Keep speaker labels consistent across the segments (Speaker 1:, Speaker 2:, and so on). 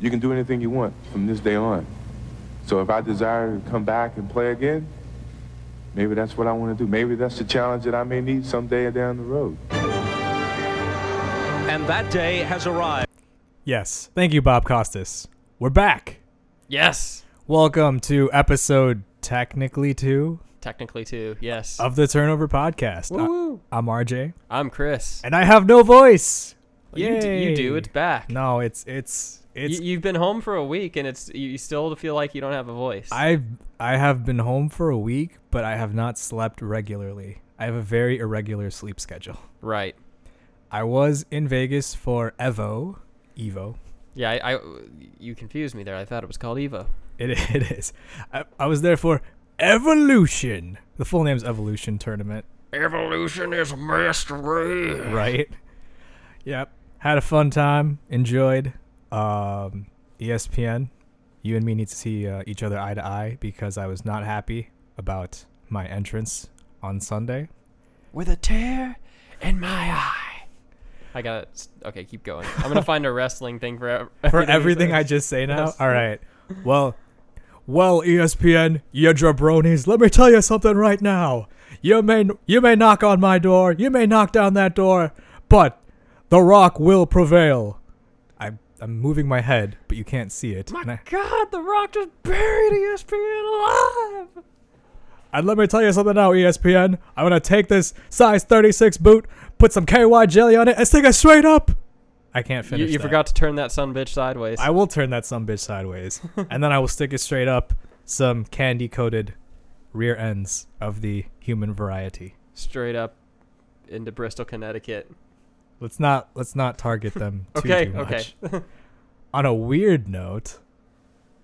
Speaker 1: You can do anything you want from this day on. So if I desire to come back and play again, maybe that's what I want to do. Maybe that's the challenge that I may need someday down the road.
Speaker 2: And that day has arrived.
Speaker 3: Yes. Thank you, Bob Costas. We're back.
Speaker 4: Yes.
Speaker 3: Welcome to episode technically two
Speaker 4: Technically, too. Yes.
Speaker 3: of the Turnover Podcast.
Speaker 4: Woo.
Speaker 3: I- am RJ,
Speaker 4: I'm Chris.
Speaker 3: and I have no voice.
Speaker 4: You, d- you do.
Speaker 3: Yay.
Speaker 4: It's back.
Speaker 3: No, it's it's it's.
Speaker 4: you, have been home for a week, and it's you, you still feel like you don't have a voice.
Speaker 3: I I have been home for a week, but I have not slept regularly. I have a very irregular sleep schedule.
Speaker 4: right.
Speaker 3: I was in Vegas for Evo, Evo.
Speaker 4: Yeah. I, I. You confused me there. I thought it was called Evo.
Speaker 3: It, it is. I, I was there for Evolution. The full name's Evolution Tournament,
Speaker 4: Evolution is mystery.
Speaker 3: right? yep. Had a fun time. Enjoyed. Um, ESPN. You and me need to see uh, each other eye to eye because I was not happy about my entrance on Sunday.
Speaker 4: With a tear in my eye. I got it. Okay, keep going. I'm gonna find a wrestling thing for ev-
Speaker 3: for
Speaker 4: you
Speaker 3: everything
Speaker 4: say.
Speaker 3: I just say now.
Speaker 4: Yes.
Speaker 3: All right. Well, well, E ESPN, you jabronis, let me tell you something right now. You may you may knock on my door, you may knock down that door, but the Rock will prevail. I I'm moving my head, but you can't see it. and I-
Speaker 4: God, The Rock just buried E ESPN alive.
Speaker 3: And let me tell you something now, E ESPN. I'm gonna take this size 36 boot, put some KY jelly on it, and stick it straight up. I can't
Speaker 4: You,
Speaker 3: finish.
Speaker 4: you
Speaker 3: that.
Speaker 4: forgot to turn that son bitch sideways.
Speaker 3: I will turn that some bitch sideways, and then I will stick it straight up some candy coated rear ends of the human variety.
Speaker 4: straight up into Bristol, Connecticut.
Speaker 3: Let's not let's not target them too,
Speaker 4: Okay,
Speaker 3: too
Speaker 4: okay.
Speaker 3: much. On a weird note,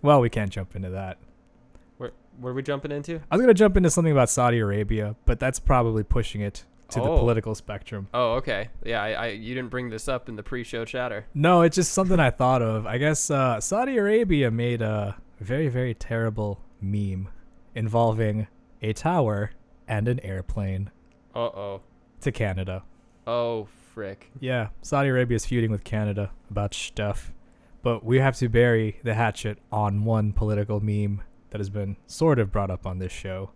Speaker 3: well, we can't jump into that.
Speaker 4: Where, what are we jumping into?
Speaker 3: I was gonna jump into something about Saudi Arabia, but that's probably pushing it to the
Speaker 4: Oh.
Speaker 3: political spectrum.
Speaker 4: Oh, okay. Yeah, I, I you didn't bring this up in the pre-show chatter.
Speaker 3: No, it's just something I thought of. I guess uh, Saudi Arabia made a very very terrible meme involving a tower and an airplane.
Speaker 4: Uh oh.
Speaker 3: to Canada.
Speaker 4: Oh frick.
Speaker 3: Yeah, Saudi Arabia is feuding with Canada about stuff, but we have to bury the hatchet on one political meme that has been sort of brought up on this show.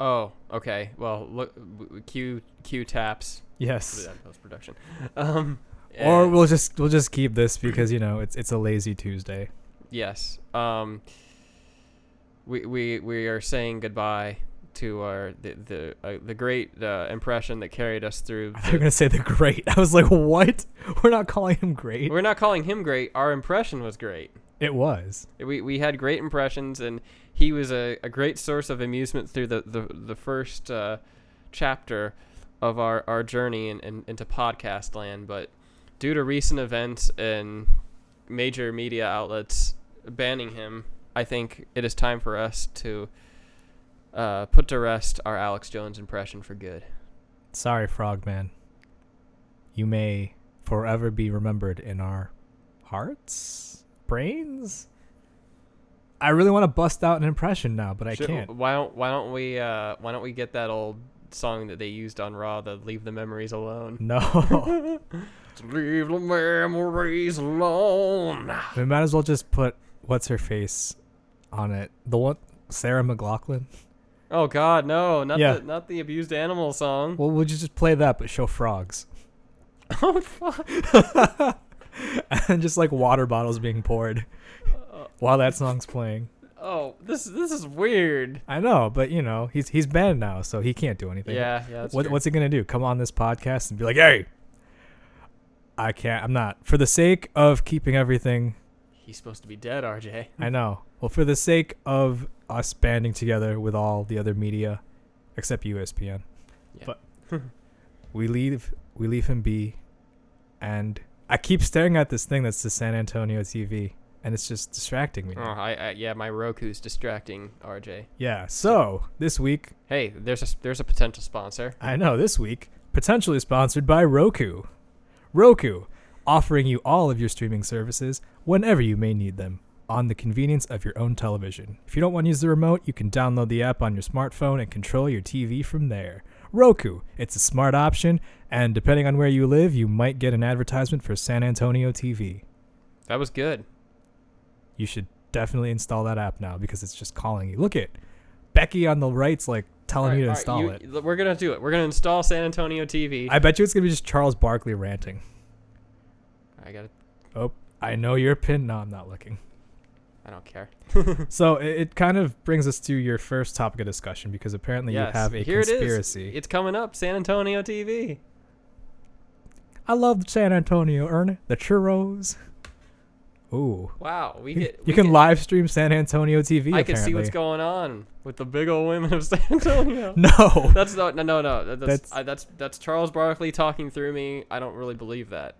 Speaker 4: Oh, okay. Well, look, w- w- Q Q taps
Speaker 3: Yes.
Speaker 4: post production. Um,
Speaker 3: Or
Speaker 4: and-
Speaker 3: we'll just we'll just keep this because you know it's it's a lazy Tuesday.
Speaker 4: yes. Um, we we we are saying goodbye to our the the uh, the great uh, impression that carried us through.
Speaker 3: I thought you
Speaker 4: the-
Speaker 3: were gonna say the great. I was like, what? We're not calling him great.
Speaker 4: we're not calling him great. Our impression was great.
Speaker 3: It was.
Speaker 4: We, we had great impressions, and he was a, a great source of amusement through the, the, the first uh, chapter of our, our journey in, in, into podcast land. But due to recent events and major media outlets banning him, I think it is time for us to uh, put to rest our Alex Jones impression for good.
Speaker 3: Sorry, Frogman. You may forever be remembered in our hearts, brains. I really want to bust out an impression now, but I
Speaker 4: Should-
Speaker 3: can't.
Speaker 4: Why don't why don't we uh, why don't we get that old song that they used on Raw, the "Leave the Memories Alone"?
Speaker 3: No.
Speaker 4: Leave the memories alone.
Speaker 3: we might as well just put what's her face on it. The one Sarah McLaughlin.
Speaker 4: Oh God, no! Not
Speaker 3: Yeah.
Speaker 4: the not the abused animal song.
Speaker 3: Well, would you just play that but show frogs?
Speaker 4: oh fuck!
Speaker 3: and just like water bottles being poured
Speaker 4: Uh,
Speaker 3: while that song's playing.
Speaker 4: Oh, this this is weird.
Speaker 3: I know, but you know, he's he's banned now, so he can't do anything.
Speaker 4: Yeah, yeah. That's
Speaker 3: What,
Speaker 4: true.
Speaker 3: what's he gonna do? Come on this podcast and be like, "Hey, I can't. I'm not. For the sake of keeping everything,
Speaker 4: He's supposed to be dead, RJ.
Speaker 3: I know. Well, for the sake of us banding together with all the other media, except E USPN,
Speaker 4: Yeah.
Speaker 3: but we leave we leave him be, and I keep staring at this thing that's the San Antonio TV, and it's just distracting me.
Speaker 4: Oh,
Speaker 3: now.
Speaker 4: I, I yeah, my Roku's distracting RJ.
Speaker 3: Yeah. So this week,
Speaker 4: Hey, there's a there's a potential sponsor.
Speaker 3: I know, this week, potentially sponsored by Roku. Roku, offering you all of your streaming services whenever you may need them on the convenience of your own television. If you don't want to use the remote, you can download the app on your smartphone and control your TV from there. Roku, it's a smart option, and depending on where you live, you might get an advertisement for San Antonio TV.
Speaker 4: That was good.
Speaker 3: you should definitely install that app now because it's just calling you. Look at Becky on the right's like telling you to install it.
Speaker 4: it. We're gonna do it. We're gonna install San Antonio TV. I,
Speaker 3: I bet you it's gonna be just Charles Barkley ranting.
Speaker 4: gotta.
Speaker 3: Oh, I know your pin. No, I'm not looking.
Speaker 4: I don't care.
Speaker 3: So it, it kind of brings us to your first topic of discussion because apparently
Speaker 4: yes,
Speaker 3: you have a
Speaker 4: here
Speaker 3: conspiracy.
Speaker 4: it is. It's coming up. San Antonio TV.
Speaker 3: I love San Antonio, Ernie. The churros. Ooh.
Speaker 4: Wow, we
Speaker 3: You-
Speaker 4: get.
Speaker 3: you
Speaker 4: we
Speaker 3: can
Speaker 4: get-
Speaker 3: live stream San Antonio TV.
Speaker 4: I can see what's
Speaker 3: apparently.
Speaker 4: going on with the big old women of San Antonio.
Speaker 3: No.
Speaker 4: That's not, no, no, no. That- That's
Speaker 3: That's-
Speaker 4: that's, I, that's that's Charles Barkley talking through me. I don't really believe that.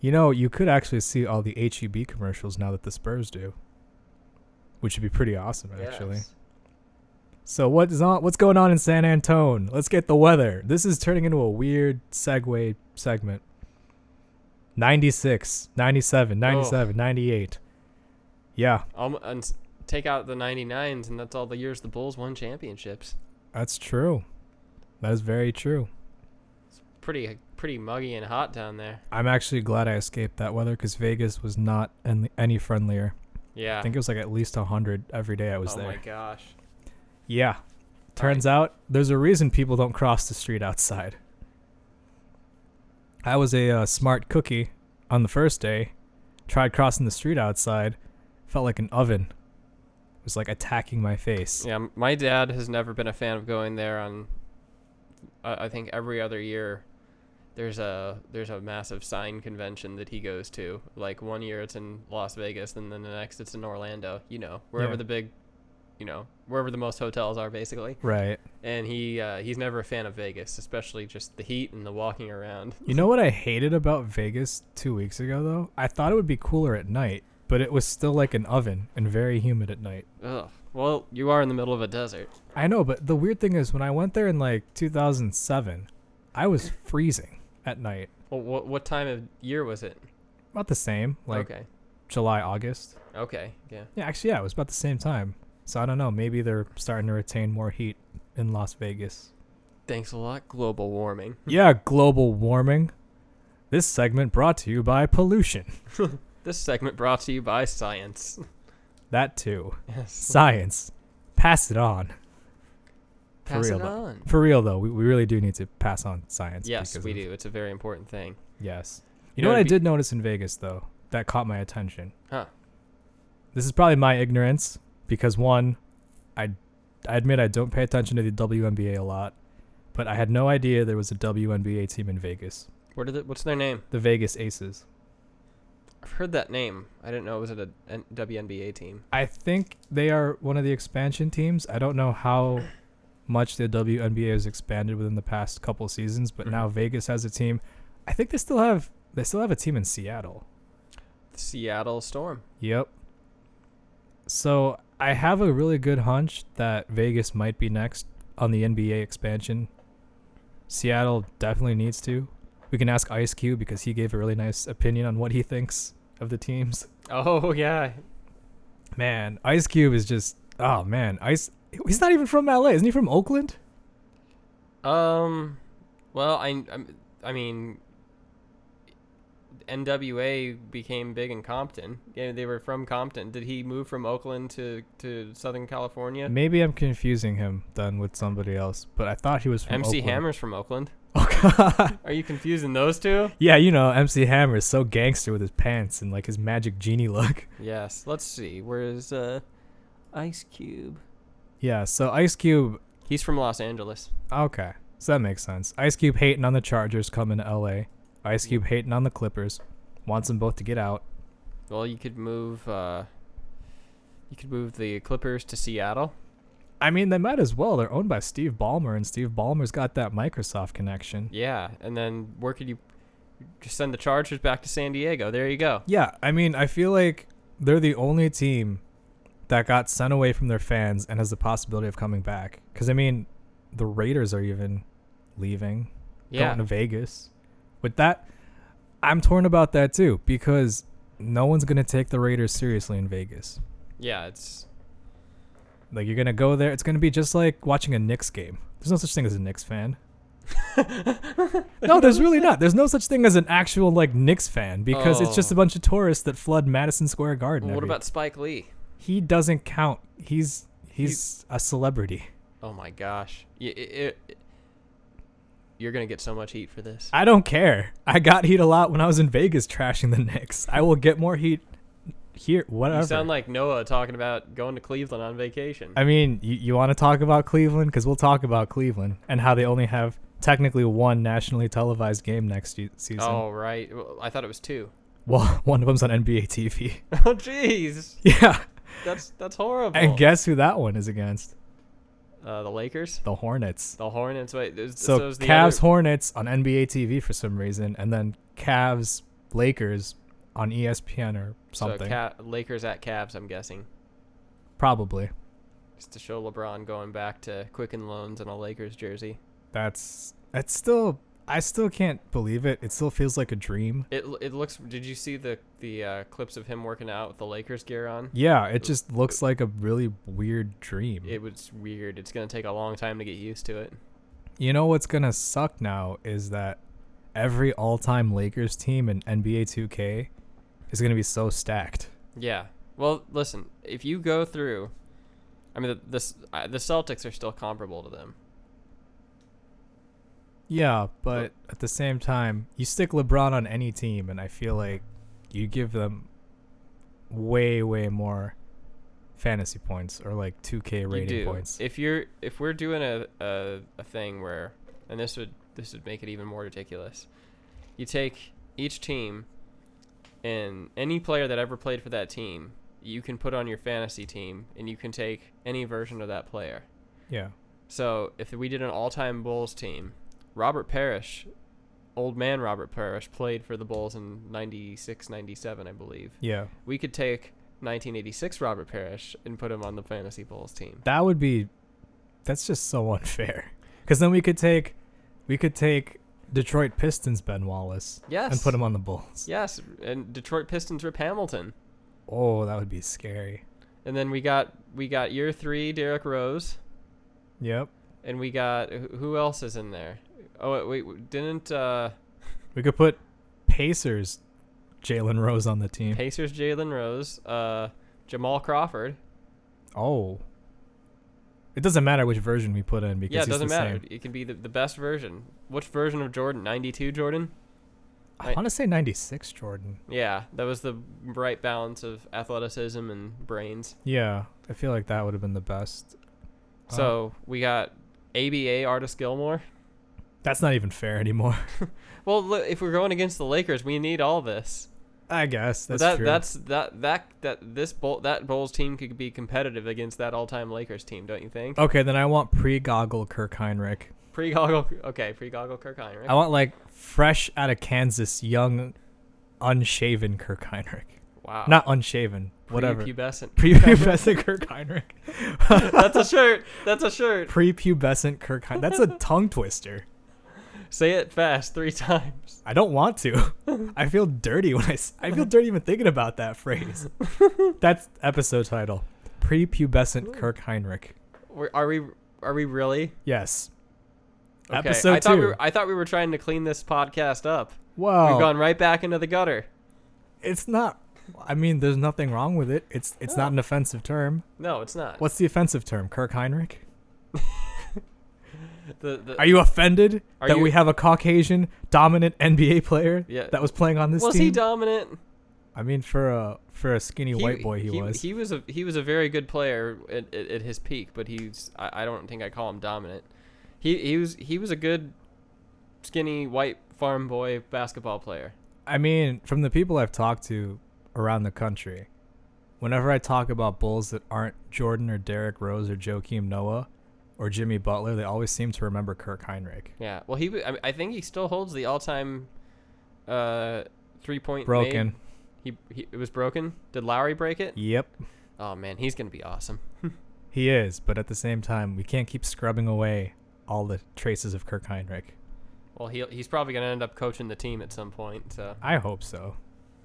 Speaker 3: You know, you could actually see all the HEB commercials now that the Spurs do, which would be pretty awesome, actually.
Speaker 4: Yes.
Speaker 3: So what is on? What's going on in San Antone? Let's get the weather. This is turning into a weird segue segment. 96, 97, 97, 98. Yeah,
Speaker 4: Um, and s- take out the 99s, and that's all the years the Bulls won championships.
Speaker 3: that's true. That is very true.
Speaker 4: Pretty pretty muggy and hot down there.
Speaker 3: I'm actually glad I escaped that weather because Vegas was not an- any friendlier.
Speaker 4: Yeah.
Speaker 3: I think it was like at least 100 every day I was
Speaker 4: oh
Speaker 3: there.
Speaker 4: my gosh.
Speaker 3: Yeah. Turns out there's a reason people don't cross the street outside. I was a uh, smart cookie on the first day, tried crossing the street outside, felt like an oven was like attacking my face.
Speaker 4: Yeah, m- my dad has never been a fan of going there. On, I I think every other year, there's a there's a massive sign convention that he goes to. Like one year it's in Las Vegas, and then the next it's in Orlando. You know, wherever
Speaker 3: Yeah.
Speaker 4: the big, you know, wherever the most hotels are, basically.
Speaker 3: Right.
Speaker 4: And he uh, he's never a fan of Vegas, especially just the heat and the walking around.
Speaker 3: You know what I hated about Vegas 2 weeks ago though? I thought it would be cooler at night, but it was still like an oven and very humid at night.
Speaker 4: Ugh. Well, you are in the middle of a desert.
Speaker 3: I know, but the weird thing is when I went there in like 2007, I was freezing at night.
Speaker 4: Well, what what time of year was it?
Speaker 3: About the same, like
Speaker 4: okay.
Speaker 3: July, August.
Speaker 4: Okay. Yeah.
Speaker 3: Yeah, actually, yeah, it was about the same time. So I don't know. Maybe they're starting to retain more heat in Las Vegas.
Speaker 4: Thanks a lot, global warming.
Speaker 3: yeah, global warming. This segment brought to you by pollution.
Speaker 4: This segment brought to you by science.
Speaker 3: That too.
Speaker 4: Yes.
Speaker 3: Science. Pass it on.
Speaker 4: Pass
Speaker 3: real
Speaker 4: it
Speaker 3: though.
Speaker 4: on.
Speaker 3: For real, though, we, we really do need to pass on science.
Speaker 4: Yes,
Speaker 3: because
Speaker 4: we
Speaker 3: of-
Speaker 4: do. It's a very important thing.
Speaker 3: Yes. You
Speaker 4: know
Speaker 3: know what I
Speaker 4: it'd be-
Speaker 3: did notice in Vegas, though, that caught my attention?
Speaker 4: Huh.
Speaker 3: This is probably my ignorance because, one, I, I admit I don't pay attention to the WNBA a lot, but I had no idea there was a WNBA team in Vegas.
Speaker 4: What did it, what's their name?
Speaker 3: the Vegas Aces.
Speaker 4: I've heard that name. I didn't know it was at a N- WNBA team.
Speaker 3: I think they are one of the expansion teams. I don't know how much the WNBA has expanded within the past couple seasons, but now Vegas has a team. I think they still have they still have a team in Seattle.
Speaker 4: Seattle Storm.
Speaker 3: Yep. So I have a really good hunch that Vegas might be next on the NBA expansion. Seattle definitely needs to. We can ask Ice Cube because he gave a really nice opinion on what he thinks of the teams.
Speaker 4: Oh yeah.
Speaker 3: Man, Ice Cube is just oh man, Ice he's not even from LA, isn't he from Oakland?
Speaker 4: Um. Well, I I'm- I mean. NWA became big in Compton. Yeah, they were from Compton. Did he move from Oakland to, to Southern California?
Speaker 3: Maybe I'm confusing him then with somebody else, but I thought he was from
Speaker 4: MC
Speaker 3: Oakland.
Speaker 4: Hammer's from Oakland.
Speaker 3: Oh god.
Speaker 4: Are you confusing those two?
Speaker 3: Yeah, you know, MC Hammer is so gangster with his pants and like his magic genie look.
Speaker 4: Yes. Let's see. Where is uh, Ice Cube?
Speaker 3: Yeah, so Ice Cube
Speaker 4: He's from Los Angeles.
Speaker 3: okay. So that makes sense. Ice Cube hating on the Chargers coming to LA. Ice Cube hating on the Clippers. Wants them both to get out.
Speaker 4: Well, you could move. Uh, you could move the Clippers to Seattle.
Speaker 3: I mean, they might as well. They're owned by Steve Ballmer, and Steve Ballmer's got that Microsoft connection.
Speaker 4: Yeah, and then where could you just send the Chargers back to San Diego? There you go.
Speaker 3: Yeah, I mean, I feel like they're the only team that got sent away from their fans and has the possibility of coming back. Because I mean, the Raiders are even leaving,
Speaker 4: Yeah.
Speaker 3: going to Vegas. With that, I'm torn about that too because no one's gonna take the Raiders seriously in Vegas.
Speaker 4: Yeah, it's
Speaker 3: Like you're gonna go there, it's gonna be just like watching a Knicks game. There's no such thing as a Knicks fan. No, there's really not. There's no such thing as an actual like Knicks fan because it's just a
Speaker 4: Oh.
Speaker 3: bunch of tourists that flood Madison Square Garden.
Speaker 4: Well, what
Speaker 3: every-
Speaker 4: about Spike Lee?
Speaker 3: He doesn't count. He's he's a celebrity.
Speaker 4: Oh my gosh. Y- it- it- you're going to get so much heat for this.
Speaker 3: I don't care. I got heat a lot when I was in Vegas trashing the Knicks. I will get more heat here. Whatever.
Speaker 4: You sound like Noah talking about going to Cleveland on vacation.
Speaker 3: I mean, you, you want to talk about Cleveland? Because we'll talk about Cleveland and how they only have technically one nationally televised game next ye- season.
Speaker 4: oh, right. Well, I thought it was two.
Speaker 3: Well, one of them's on NBA TV.
Speaker 4: Oh, jeez.
Speaker 3: yeah.
Speaker 4: That's that's horrible.
Speaker 3: And guess who that one is against?
Speaker 4: uh, the Lakers,
Speaker 3: The Hornets.
Speaker 4: the Hornets. Wait, there's-
Speaker 3: So,
Speaker 4: so is the
Speaker 3: Cavs
Speaker 4: other-
Speaker 3: Hornets on NBA TV for some reason, and then Cavs Lakers on E ESPN or
Speaker 4: So
Speaker 3: something.
Speaker 4: Ca- Lakers at Cavs, I'm guessing,
Speaker 3: Probably.
Speaker 4: just to show LeBron going back to Quicken Loans in a Lakers jersey.
Speaker 3: That's that's still I still can't believe it. It still feels like a dream.
Speaker 4: It l- it looks. Did you see the the uh, clips of him working out with the Lakers gear on?
Speaker 3: Yeah, it just looks like a really weird dream.
Speaker 4: Uh, It was weird. It's gonna take a long time to get used to it.
Speaker 3: You know what's gonna suck now is that every all-time Lakers team in NBA 2K is gonna be so stacked.
Speaker 4: Yeah. Well, listen. If you go through, I mean, the the, S- uh, the Celtics are still comparable to them.
Speaker 3: Yeah, but at the same time, you stick LeBron on any team, and I feel like you give them way, way more fantasy points or like 2K
Speaker 4: You
Speaker 3: rating
Speaker 4: do.
Speaker 3: points.
Speaker 4: If you're if we're doing a, a a thing where, and this would this would make it even more ridiculous. You take each team, and any player that ever played for that team, you can put on your fantasy team, and you can take any version of that player.
Speaker 3: yeah.
Speaker 4: So if we did an all-time Bulls team, Robert Parrish, old man Robert Parrish, played for the Bulls in 96, 97, I believe.
Speaker 3: Yeah.
Speaker 4: We could take 1986 Robert Parrish and put him on the fantasy Bulls team.
Speaker 3: That would be that's just so unfair. Cuz then we could take we could take Detroit Pistons Ben Wallace and
Speaker 4: Yes.
Speaker 3: put him on the Bulls.
Speaker 4: Yes, and Detroit Pistons Rip Hamilton.
Speaker 3: Oh, that would be scary.
Speaker 4: And then we got we got year three Derrick Rose,
Speaker 3: Yep.
Speaker 4: and we got wh- who else is in there? Oh wait, wait didn't uh,
Speaker 3: We could put Pacers Jalen Rose on the team.
Speaker 4: Pacers Jalen Rose, uh, Jamal Crawford?
Speaker 3: Oh. It doesn't matter which version we put in because
Speaker 4: yeah, it
Speaker 3: he's
Speaker 4: doesn't
Speaker 3: the
Speaker 4: matter.
Speaker 3: same.
Speaker 4: It can be the, the best version. Which version of Jordan? 92 Jordan?
Speaker 3: I want to say 96 Jordan.
Speaker 4: Yeah, that was the right balance of athleticism and brains.
Speaker 3: Yeah, I feel like that would have been the best. Uh, Wow.
Speaker 4: So we got ABA Artist Gilmore.
Speaker 3: That's not even fair anymore.
Speaker 4: Well, li- if we're going against the Lakers, we need all this.
Speaker 3: I guess
Speaker 4: That's
Speaker 3: that's
Speaker 4: that
Speaker 3: true.
Speaker 4: that's that that that this bull that Bulls team could be competitive against that all-time Lakers team, don't you think?
Speaker 3: okay, then I want pre-goggle Kirk Heinrich.
Speaker 4: Pre-goggle, okay, pre-goggle Kirk Heinrich.
Speaker 3: I want like fresh out of Kansas, young, unshaven Kirk Heinrich.
Speaker 4: wow,
Speaker 3: Not unshaven, whatever.
Speaker 4: Prepubescent.
Speaker 3: Prepubescent Kirk Heinrich.
Speaker 4: that's a shirt. That's a shirt.
Speaker 3: Prepubescent Kirk Heinrich. That's a tongue twister.
Speaker 4: Say it fast three times.
Speaker 3: I don't want to. I feel dirty when I. s- I feel dirty even thinking about that phrase. That's episode title.
Speaker 4: Hmm.
Speaker 3: Prepubescent Kirk Heinrich.
Speaker 4: We're, are we? Are we really?
Speaker 3: Yes.
Speaker 4: Okay.
Speaker 3: Episode
Speaker 4: I thought
Speaker 3: two. Oh.
Speaker 4: We were, I thought we were trying to clean this podcast up.
Speaker 3: Wow.
Speaker 4: We've gone right back into the gutter.
Speaker 3: It's not. I mean, there's nothing wrong with it. It's it's
Speaker 4: Oh.
Speaker 3: not an offensive term.
Speaker 4: No, it's not.
Speaker 3: What's the offensive term? Kirk Heinrich.
Speaker 4: the, the
Speaker 3: Are you offended
Speaker 4: Uh, Are
Speaker 3: that
Speaker 4: you-
Speaker 3: we have a Caucasian dominant NBA player
Speaker 4: Yeah.
Speaker 3: that was playing on this
Speaker 4: was
Speaker 3: team?
Speaker 4: he dominant?
Speaker 3: I mean, for a for a skinny white boy, he, was.
Speaker 4: He was a he was a very good player at, at, at his peak, but he's I, I don't think I call him dominant. He he was he was a good skinny white farm boy basketball player.
Speaker 3: I mean, from the people I've talked to around the country, whenever I talk about Bulls that aren't Jordan or Derrick Rose or Joakim Noah or Jimmy Butler, they always seem to remember Kirk Heinrich.
Speaker 4: Yeah. Well, he wa- I, I think he still holds the all time uh three point
Speaker 3: Broken.
Speaker 4: He, he it was broken. Did Lowry break it?
Speaker 3: Yep,
Speaker 4: Oh man, he's gonna be awesome.
Speaker 3: he is. But at the same time, we can't keep scrubbing away all the traces of Kirk Heinrich.
Speaker 4: Well, he he's probably gonna end up coaching the team at some point. So
Speaker 3: I hope so.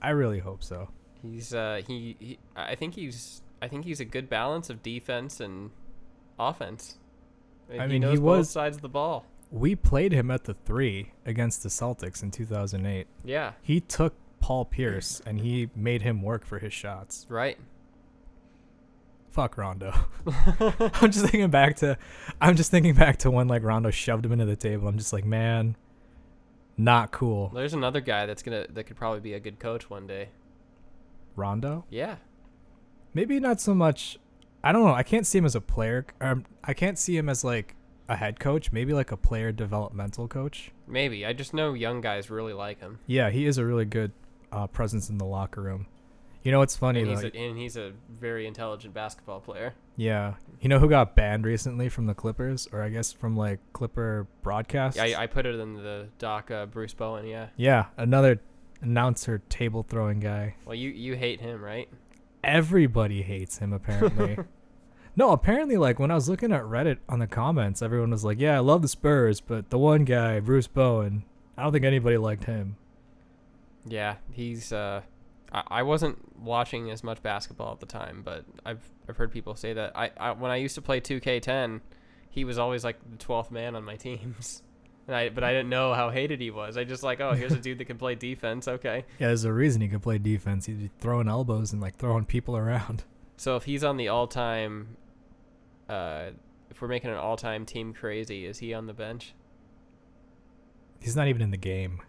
Speaker 3: I really hope so.
Speaker 4: he's uh he, he I think he's I think he's a good balance of defense and offense.
Speaker 3: I
Speaker 4: he
Speaker 3: mean, he
Speaker 4: knows both
Speaker 3: was-
Speaker 4: sides of the ball.
Speaker 3: we played him at the three against the Celtics in 2008.
Speaker 4: Yeah.
Speaker 3: He took Paul Pierce and he made him work for his shots.
Speaker 4: Right.
Speaker 3: Fuck Rondo. I'm just thinking back to, I'm just thinking back to when like Rondo shoved him into the table. I'm just like, man, not cool.
Speaker 4: There's another guy that's gonna that could probably be a good coach one day.
Speaker 3: Rondo.
Speaker 4: Yeah.
Speaker 3: maybe not so much i don't know i can't see him as a player um, i can't see him as like a head coach maybe like a player developmental coach
Speaker 4: Maybe. I just know young guys really like him.
Speaker 3: yeah he is a really good uh, presence in the locker room you know what's funny
Speaker 4: And
Speaker 3: though
Speaker 4: he's, a, and he's a very intelligent basketball player.
Speaker 3: yeah you know who got banned recently from the clippers or i guess from like clipper broadcast
Speaker 4: I, I put it in the doc, uh, Bruce Bowen. Yeah.
Speaker 3: yeah another announcer table throwing guy
Speaker 4: Well, you you hate him, right?
Speaker 3: everybody hates him apparently no apparently like when i was looking at reddit on the comments everyone was like yeah i love the spurs but the one guy bruce bowen i don't think anybody liked him
Speaker 4: Yeah. He's. Uh, I, I wasn't watching as much basketball at the time, but I've I've heard people say that. I, I when I used to play 2K10, he was always like the 12th man on my teams. And I, but I didn't know how hated he was. I just like, oh, here's a dude that can play defense. Okay.
Speaker 3: yeah there's a reason he could play defense he'd be throwing elbows and like throwing people around
Speaker 4: So if he's on the all-time, uh, if we're making an all-time team crazy, is he on the bench?
Speaker 3: he's not even in the game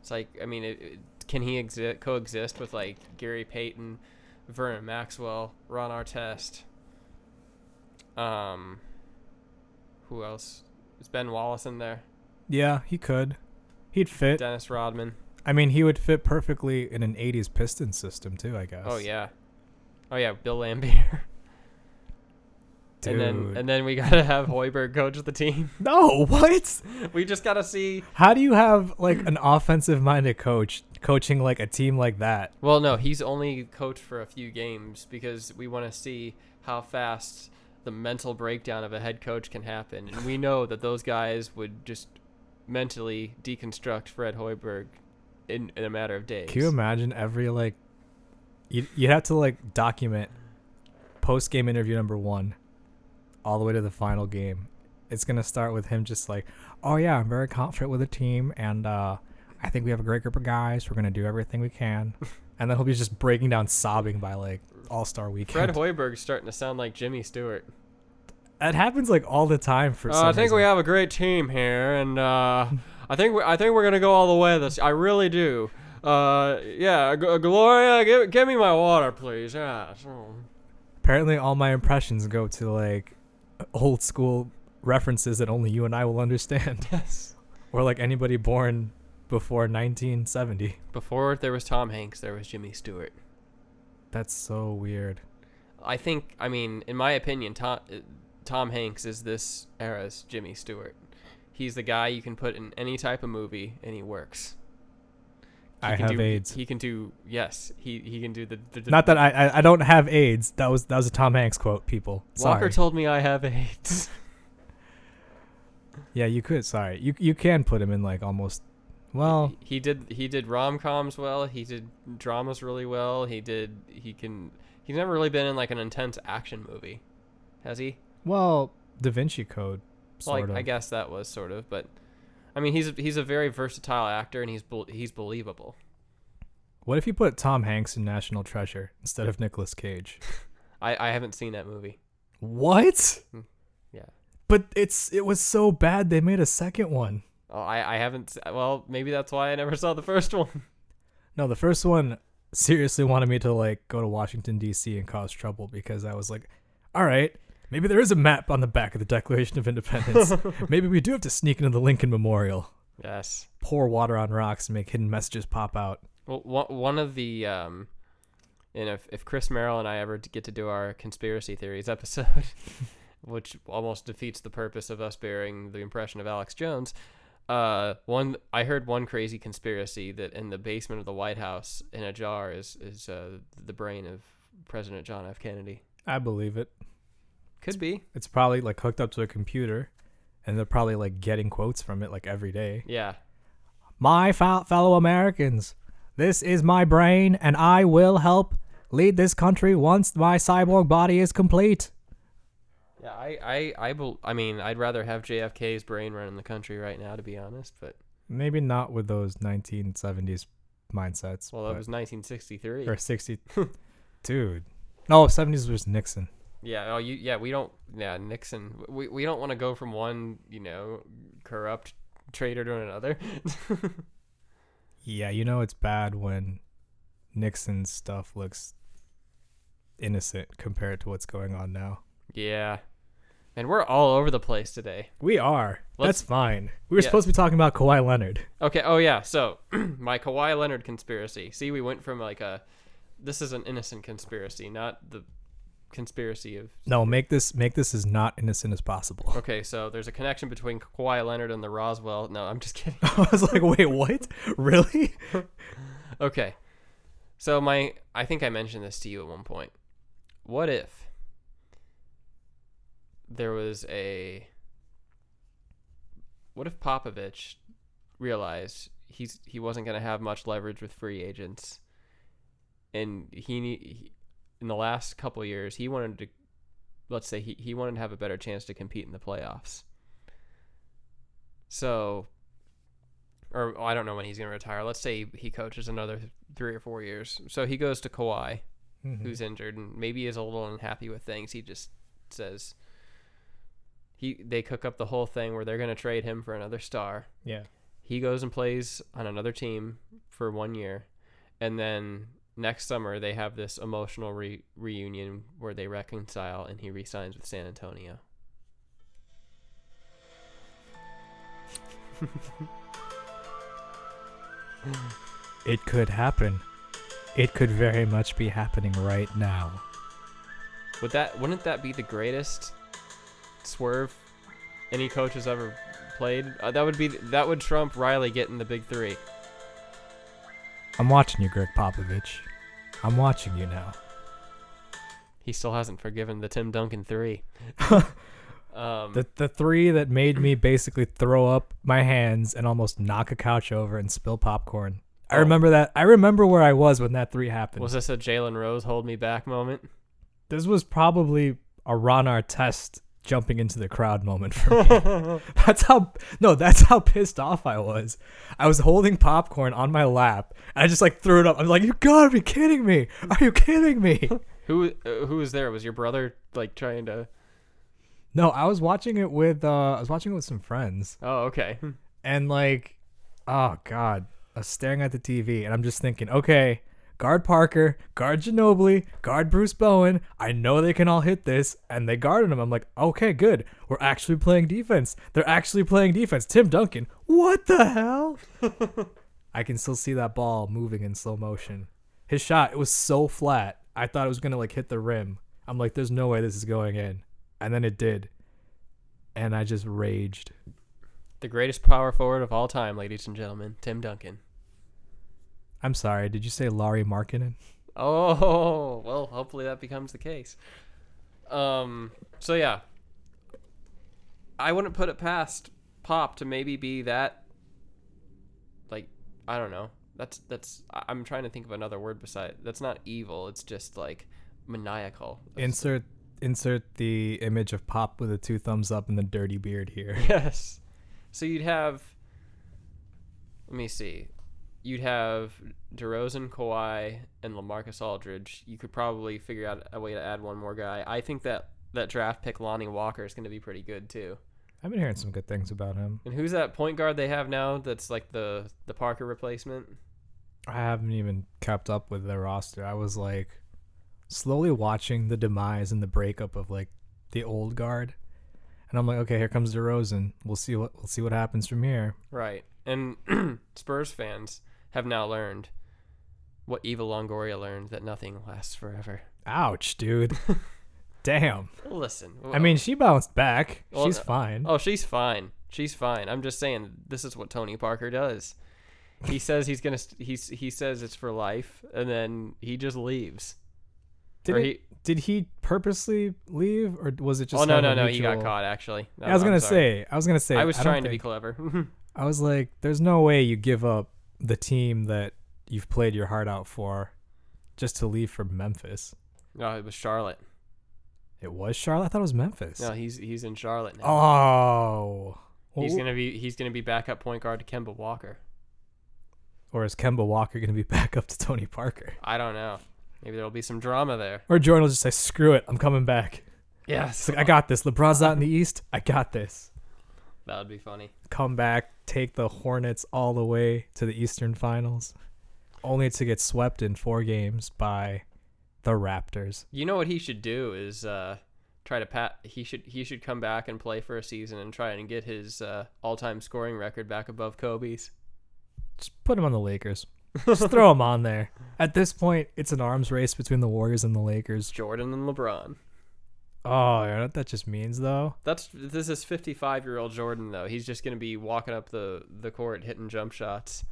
Speaker 4: It's like, I mean, it, it- can he exi- coexist with like Gary Payton, Vernon Maxwell, Ron Artest? Um, who else? Is Ben Wallace in there?
Speaker 3: yeah he could he'd fit
Speaker 4: Dennis Rodman.
Speaker 3: i mean he would fit perfectly in an 80s piston system too i guess
Speaker 4: Oh yeah, oh yeah, Bill Lambier. And
Speaker 3: Dude.
Speaker 4: then and then we gotta have Hoiberg coach the team.
Speaker 3: no what
Speaker 4: We just gotta see.
Speaker 3: how do you have like an offensive minded coach coaching like a team like that
Speaker 4: Well, no, he's only coached for a few games because we want to see how fast the mental breakdown of a head coach can happen. And we know that those guys would just mentally deconstruct Fred Hoiberg in, in a matter of days.
Speaker 3: Can you imagine every like you you have to like document post game interview number one all the way to the final game. It's gonna start with him just like, Oh yeah, I'm very confident with the team and uh I think we have a great group of guys. We're gonna do everything we can. And then he'll be just breaking down sobbing by like all star
Speaker 4: Fred
Speaker 3: weekend.
Speaker 4: Hoiberg's starting to sound like Jimmy Stewart.
Speaker 3: that happens like all the time for some
Speaker 4: Uh, I think
Speaker 3: reason.
Speaker 4: we have a great team here, and uh, I think we, I think we're gonna go all the way. This I really do. Uh, yeah, G- Gloria, give, give me my water, please. Yeah. so-
Speaker 3: Apparently all my impressions go to like old school references that only you and I will understand.
Speaker 4: Yes.
Speaker 3: or like anybody born before 1970.
Speaker 4: Before there was Tom Hanks, there was Jimmy Stewart.
Speaker 3: That's so weird.
Speaker 4: I think, I mean, in my opinion, Tom, uh, Tom Hanks is this era's Jimmy Stewart. He's the guy you can put in any type of movie and he works. He
Speaker 3: I
Speaker 4: can
Speaker 3: have
Speaker 4: do,
Speaker 3: AIDS.
Speaker 4: He can do yes. He he can do the, the, the-
Speaker 3: Not that I, I I don't have AIDS. That was that was a Tom Hanks quote. People,
Speaker 4: Walker
Speaker 3: sorry.
Speaker 4: told me I have AIDS.
Speaker 3: yeah, you could. Sorry, you you can put him in like almost. Well,
Speaker 4: he did he did rom coms well. He did dramas really well. He did he can. He's never really been in like an intense action movie, has he?
Speaker 3: well, Da Vinci Code.
Speaker 4: Well,
Speaker 3: Sort
Speaker 4: I,
Speaker 3: of.
Speaker 4: I guess that was sort of, but I mean, he's a, he's a very versatile actor, and he's bel he's believable.
Speaker 3: What if you put Tom Hanks in National Treasure instead of Nicolas Cage?
Speaker 4: I, I haven't seen that movie.
Speaker 3: what?
Speaker 4: Yeah.
Speaker 3: But it's it was so bad they made a second one.
Speaker 4: Oh, I, I haven't. s- Well, maybe that's why I never saw the first one.
Speaker 3: No, the first one seriously wanted me to like go to Washington D.C. and cause trouble because I was like, all right, maybe there is a map on the back of the Declaration of Independence. maybe we do have to sneak into the Lincoln Memorial,
Speaker 4: Yes.
Speaker 3: pour water on rocks, and make hidden messages pop out.
Speaker 4: Well, one one of the um, and if if Chris Merrill and I ever d- get to do our conspiracy theories episode, which almost defeats the purpose of us bearing the impression of Alex Jones. Uh, one I heard one crazy conspiracy that in the basement of the White House in a jar is is uh, the brain of President John F. Kennedy.
Speaker 3: I believe it.
Speaker 4: Could be.
Speaker 3: It's probably like hooked up to a computer, and they're probably like getting quotes from it like every day.
Speaker 4: Yeah.
Speaker 3: My fel- fellow Americans, this is my brain, and I will help lead this country once my cyborg body is complete.
Speaker 4: Yeah, I, I, I, bel I mean, I'd rather have JFK's brain running the country right now, to be honest. But
Speaker 3: Maybe not with those 1970s mindsets.
Speaker 4: well,
Speaker 3: but-
Speaker 4: that was 1963.
Speaker 3: or 60 dude no 70s was nixon
Speaker 4: Yeah. Oh, you. Yeah, we don't. Yeah, Nixon. We we don't want to go from one, you know, corrupt traitor to another.
Speaker 3: yeah you know it's bad when nixon's stuff looks innocent compared to what's going on now
Speaker 4: yeah. And we're all over the place today.
Speaker 3: we are
Speaker 4: Let's-
Speaker 3: that's fine we were
Speaker 4: Yeah.
Speaker 3: supposed to be talking about Kawhi leonard
Speaker 4: Okay. Oh yeah. So my Kawhi Leonard conspiracy. See, we went from like a this is an innocent conspiracy, not the conspiracy of.
Speaker 3: no make this make this as not innocent as possible
Speaker 4: Okay, so there's a connection between Kawhi Leonard and the Roswell. No, I'm just kidding.
Speaker 3: i was like wait what really
Speaker 4: Okay. So my I think I mentioned this to you at one point. What if there was a what if Popovich realized he's he wasn't going to have much leverage with free agents and he, ne- he in the last couple years he wanted to let's say he, he wanted to have a better chance to compete in the playoffs. So or oh, I don't know when he's going to retire. Let's say he coaches another three or four years. So he goes to Kawhi,
Speaker 3: Mm-hmm.
Speaker 4: who's injured and maybe is a little unhappy with things. He just says he they cook up the whole thing where they're going to trade him for another star.
Speaker 3: yeah
Speaker 4: He goes and plays on another team for one year, and then next summer they have this emotional re- reunion where they reconcile, and he resigns with San Antonio.
Speaker 3: it could happen it could very much be happening right now
Speaker 4: Would that wouldn't that be the greatest swerve any coach has ever played? Uh, that would be that would trump Riley getting the big three.
Speaker 3: i'm watching you greg popovich i'm watching you now
Speaker 4: He still hasn't forgiven the Tim Duncan three. um,
Speaker 3: The the three that made me basically throw up my hands and almost knock a couch over and spill popcorn. I
Speaker 4: Oh.
Speaker 3: remember that. I remember where I was when that three happened.
Speaker 4: was this a Jalen Rose hold me back moment?
Speaker 3: this was probably a Ron Artest jumping into the crowd moment for me. that's how no, that's how pissed off I was. I was holding popcorn on my lap and I just like threw it up. I'm like, you gotta be kidding me! Are you kidding me?
Speaker 4: Who uh, who was there? Was your brother like trying to?
Speaker 3: no, I was watching it with uh, I was watching it with some friends.
Speaker 4: Oh, okay.
Speaker 3: and like oh god i was staring at the tv and i'm just thinking okay guard parker guard ginobili guard bruce bowen i know they can all hit this and they guarded him i'm like okay good we're actually playing defense they're actually playing defense tim duncan what the hell i can still see that ball moving in slow motion his shot it was so flat i thought it was gonna like hit the rim i'm like there's no way this is going in and then it did and i just raged
Speaker 4: The greatest power forward of all time, ladies and gentlemen, Tim Duncan.
Speaker 3: I'm sorry, did you say Laurie Markkinen?
Speaker 4: Oh well, hopefully that becomes the case. Um. So yeah, I wouldn't put it past Pop to maybe be that. Like, I don't know. That's that's. I- I'm trying to think of another word beside. That's not evil. It's just like maniacal.
Speaker 3: Insert insert the image of Pop with the two thumbs up and the dirty beard here.
Speaker 4: Yes. So you'd have. Let me see. You'd have DeRozan, Kawhi, and LaMarcus Aldridge. You could probably figure out a way to add one more guy. I think that that draft pick Lonnie Walker is going to be pretty good too.
Speaker 3: I've been hearing some good things about him.
Speaker 4: And who's that point guard they have now? That's like the the Parker replacement.
Speaker 3: I haven't even kept up with their roster. I was like slowly watching the demise and the breakup of like the old guard. And I'm like, okay, here comes DeRozan. We'll see what we'll see what happens from here.
Speaker 4: Right. And Spurs fans have now learned what Eva Longoria learned that nothing lasts forever.
Speaker 3: Ouch, dude. Damn.
Speaker 4: Listen.
Speaker 3: I mean, she bounced back.
Speaker 4: Well,
Speaker 3: She's
Speaker 4: uh,
Speaker 3: fine.
Speaker 4: Oh, she's fine. She's fine. I'm just saying this is what Tony Parker does. He says he's gonna. St- he's he says it's for life, and then he just leaves.
Speaker 3: did,
Speaker 4: or
Speaker 3: it-
Speaker 4: he-
Speaker 3: did he purposely leave or was it just
Speaker 4: oh no
Speaker 3: kind
Speaker 4: no
Speaker 3: of a
Speaker 4: no! He got
Speaker 3: mutual-
Speaker 4: caught actually. No,
Speaker 3: I was
Speaker 4: I'm
Speaker 3: gonna
Speaker 4: sorry.
Speaker 3: say. I was gonna say.
Speaker 4: I was
Speaker 3: don't
Speaker 4: trying to be
Speaker 3: think-
Speaker 4: clever.
Speaker 3: I was like, there's no way you give up the team that you've played your heart out for, just to leave for Memphis.
Speaker 4: no, it was Charlotte.
Speaker 3: It was Charlotte. I thought it was Memphis.
Speaker 4: No, he's he's in Charlotte now.
Speaker 3: Oh.
Speaker 4: He's
Speaker 3: Well,
Speaker 4: gonna be he's gonna be backup point guard to Kemba Walker.
Speaker 3: or is Kemba Walker going to be back up to Tony Parker?
Speaker 4: I don't know. Maybe there'll be some drama there.
Speaker 3: Or Jordan will just say, screw it. I'm coming back. It's
Speaker 4: Yes,
Speaker 3: like, I got this. LeBron's not in the East. I got this.
Speaker 4: that would be funny.
Speaker 3: Come back, take the Hornets all the way to the Eastern Finals, only to get swept in four games by the Raptors.
Speaker 4: You know what he should do is uh, try to pat. He should he should come back and play for a season and try and get his uh, all time scoring record back above Kobe's.
Speaker 3: Just put him on the Lakers. Just throw him on there. At this point, it's an arms race between the Warriors and the Lakers.
Speaker 4: Jordan and LeBron.
Speaker 3: Oh, you know what that just means, though?
Speaker 4: That's this is fifty five year old Jordan though. He's just gonna be walking up the the court, hitting jump shots,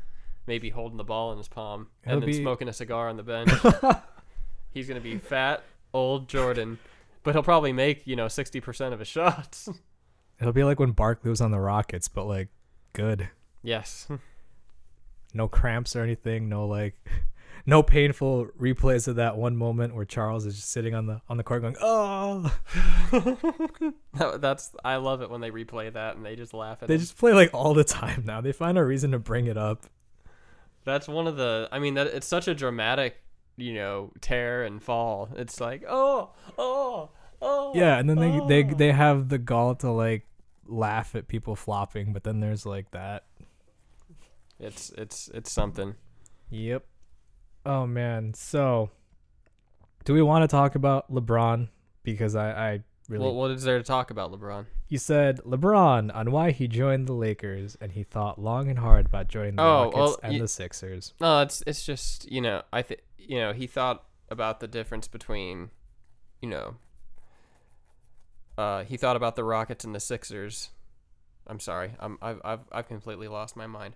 Speaker 4: maybe holding the ball in his palm,
Speaker 3: He'll
Speaker 4: and then
Speaker 3: be-
Speaker 4: smoking a cigar on the bench. He's gonna be fat old Jordan, but he'll probably make you know sixty percent of his shots.
Speaker 3: It'll be like when Barkley was on the Rockets, but like, good.
Speaker 4: yes,
Speaker 3: No cramps or anything. No like, no painful replays of that one moment where Charles is just sitting on the on the court going, "Oh."
Speaker 4: That- that's I love it when they replay that and they just laugh at
Speaker 3: They
Speaker 4: it.
Speaker 3: just play like all the time now. They find a reason to bring it up.
Speaker 4: That's one of the. I mean, that it's such a dramatic, you know, tear and fall. It's like oh, oh, oh.
Speaker 3: Yeah, and then they they they have the gall to like laugh at people flopping, but then there's like that.
Speaker 4: It's it's it's something.
Speaker 3: Yep. Oh man. So, do we want to talk about LeBron? Because I I really
Speaker 4: What what is there to talk about, LeBron?
Speaker 3: you said LeBron on why he joined the Lakers, and he thought long and hard about joining the
Speaker 4: Oh,
Speaker 3: Rockets
Speaker 4: well,
Speaker 3: and
Speaker 4: y-
Speaker 3: the Sixers.
Speaker 4: No, it's it's just you know I think you know he thought about the difference between, you know. Uh, he thought about the Rockets and the Sixers. I'm sorry, I'm I've I've, I've completely lost my mind.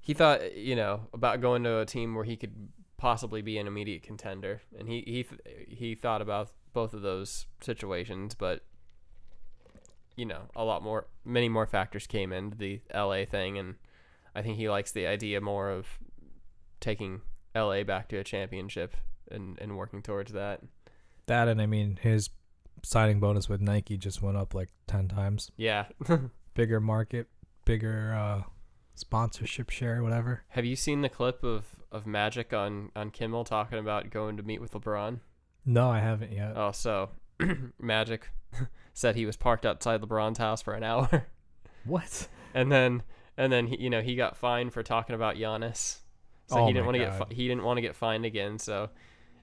Speaker 4: He thought you know about going to a team where he could possibly be an immediate contender, and he he th- he thought about both of those situations, but you know a lot more many more factors came into the LA thing, and I think he likes the idea more of taking LA back to a championship and, and working towards that.
Speaker 3: That and I mean his signing bonus with Nike just went up like ten times.
Speaker 4: Yeah.
Speaker 3: Bigger market, bigger uh, sponsorship share, whatever.
Speaker 4: Have you seen the clip of, of Magic on, on Kimmel talking about going to meet with LeBron?
Speaker 3: No, I haven't yet.
Speaker 4: Oh, so Magic said he was parked outside LeBron's house for an hour.
Speaker 3: What?
Speaker 4: And then and then he, you know, he got fined for talking about Giannis. So
Speaker 3: Oh
Speaker 4: he didn't
Speaker 3: my
Speaker 4: want to get
Speaker 3: God.
Speaker 4: fi- he didn't want to get fined again, so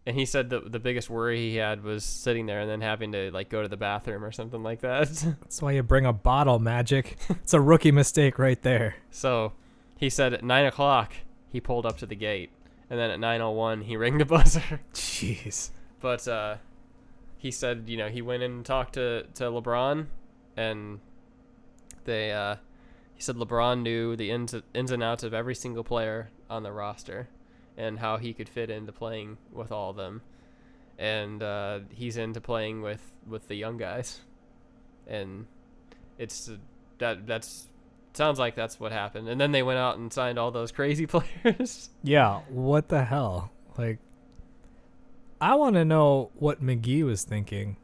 Speaker 4: and he said the the biggest worry he had was sitting there and then having to like go to the bathroom or something like that.
Speaker 3: That's why you bring a bottle, Magic. it's a rookie mistake right there.
Speaker 4: So he said at nine o'clock he pulled up to the gate, and then at nine o one he rang the buzzer.
Speaker 3: Jeez.
Speaker 4: But uh, he said you know he went in and talked to to LeBron, and they uh, he said LeBron knew the ins ins and outs of every single player on the roster, and how he could fit into playing with all of them, and uh, he's into playing with with the young guys, and it's uh, that that's sounds like that's what happened. And then they went out and signed all those crazy players.
Speaker 3: Yeah, what the hell? Like, I want to know what McGee was thinking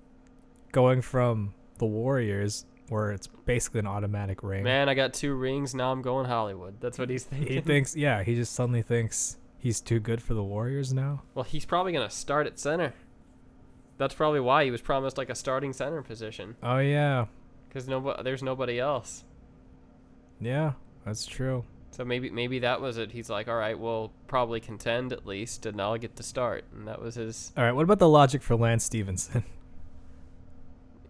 Speaker 3: going from the Warriors, where it's basically an automatic ring.
Speaker 4: Man, I got two rings. Now I'm going Hollywood. That's what he's thinking.
Speaker 3: He thinks, yeah, he just suddenly thinks he's too good for the Warriors now.
Speaker 4: well, he's probably gonna start at center. That's probably why he was promised like a starting center position
Speaker 3: Oh, yeah.
Speaker 4: because nobody there's nobody else.
Speaker 3: Yeah, that's true.
Speaker 4: So maybe maybe that was it. He's like, all right, we'll probably contend at least, and I'll get to start. And that was his.
Speaker 3: All right, what about the logic for Lance Stevenson?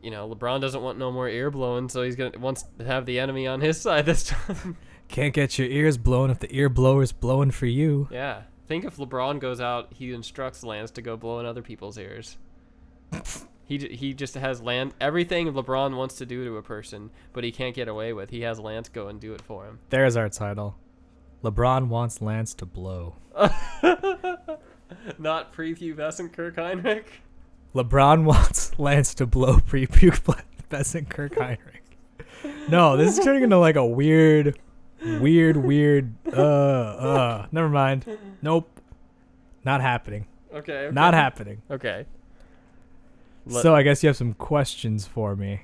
Speaker 4: You know, LeBron doesn't want no more ear blowing, so he's gonna wants to have the enemy on his side this time.
Speaker 3: Can't get your ears blown if the ear blower's blowing for you.
Speaker 4: Yeah. Think if LeBron goes out, he instructs Lance to go blow in other people's ears. He, j- he just has Lance everything LeBron wants to do to a person, but he can't get away with. He has Lance go and do it for him.
Speaker 3: There's our title. LeBron wants Lance to blow.
Speaker 4: Not prepubescent Kirk Heinrich.
Speaker 3: LeBron wants Lance to blow pre-puke and Kirk Heinrich. No, this is turning into like a weird, weird, weird. Uh, uh. Never mind. Nope. Not happening.
Speaker 4: Okay. okay.
Speaker 3: Not happening.
Speaker 4: Okay. Let-
Speaker 3: so I guess you have some questions for me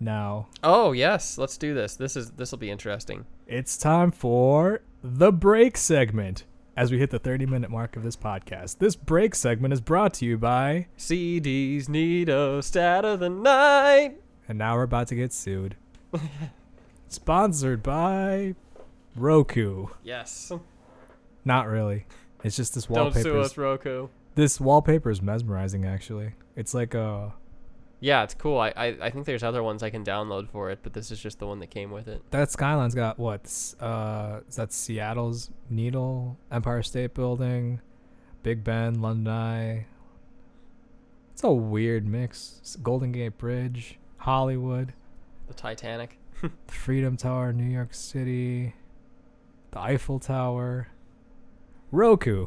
Speaker 3: now.
Speaker 4: oh yes, let's do this. This is this will be interesting.
Speaker 3: It's time for the break segment. As we hit the 30 minute mark of this podcast, this break segment is brought to you by,
Speaker 4: CDs need a stat of the night.
Speaker 3: and now we're about to get sued. Sponsored by Roku.
Speaker 4: Yes.
Speaker 3: Not really. It's just this
Speaker 4: Don't sue
Speaker 3: wallpaper.
Speaker 4: us, Roku.
Speaker 3: This wallpaper is mesmerizing, actually. It's like a.
Speaker 4: Yeah, it's cool. I, I I think there's other ones I can download for it, but this is just the one that came with it.
Speaker 3: That skyline's got what? s- Uh, is that Seattle's Needle, Empire State Building, Big Ben, London Eye. It's a weird mix. S- Golden Gate Bridge, Hollywood,
Speaker 4: The Titanic.
Speaker 3: the Freedom Tower, New York City, the Eiffel Tower, Roku,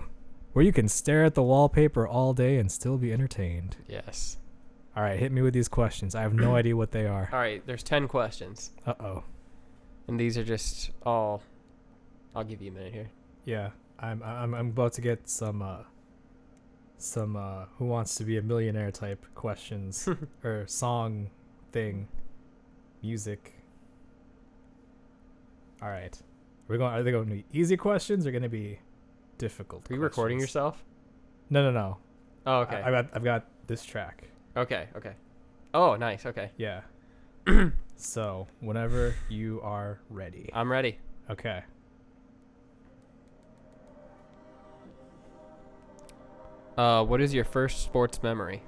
Speaker 3: where you can stare at the wallpaper all day and still be entertained.
Speaker 4: Yes.
Speaker 3: All right, hit me with these questions. I have no idea what they are.
Speaker 4: All right. There's ten questions,
Speaker 3: Uh oh.
Speaker 4: and these are just all. I'll give you a minute here.
Speaker 3: Yeah, I'm I'm I'm about to get some uh some uh who wants to be a millionaire type questions
Speaker 4: Hmm.
Speaker 3: or song thing music. All right. We're going are they going to be easy questions or going to be difficult?
Speaker 4: Are you recording
Speaker 3: questions?
Speaker 4: yourself?
Speaker 3: No, no, no.
Speaker 4: Oh,
Speaker 3: I-
Speaker 4: okay.
Speaker 3: I've got I've got this track.
Speaker 4: okay. Okay. Oh, nice. Okay.
Speaker 3: Yeah. so, whenever you are ready.
Speaker 4: I'm ready.
Speaker 3: Okay.
Speaker 4: Uh, what is your first sports memory?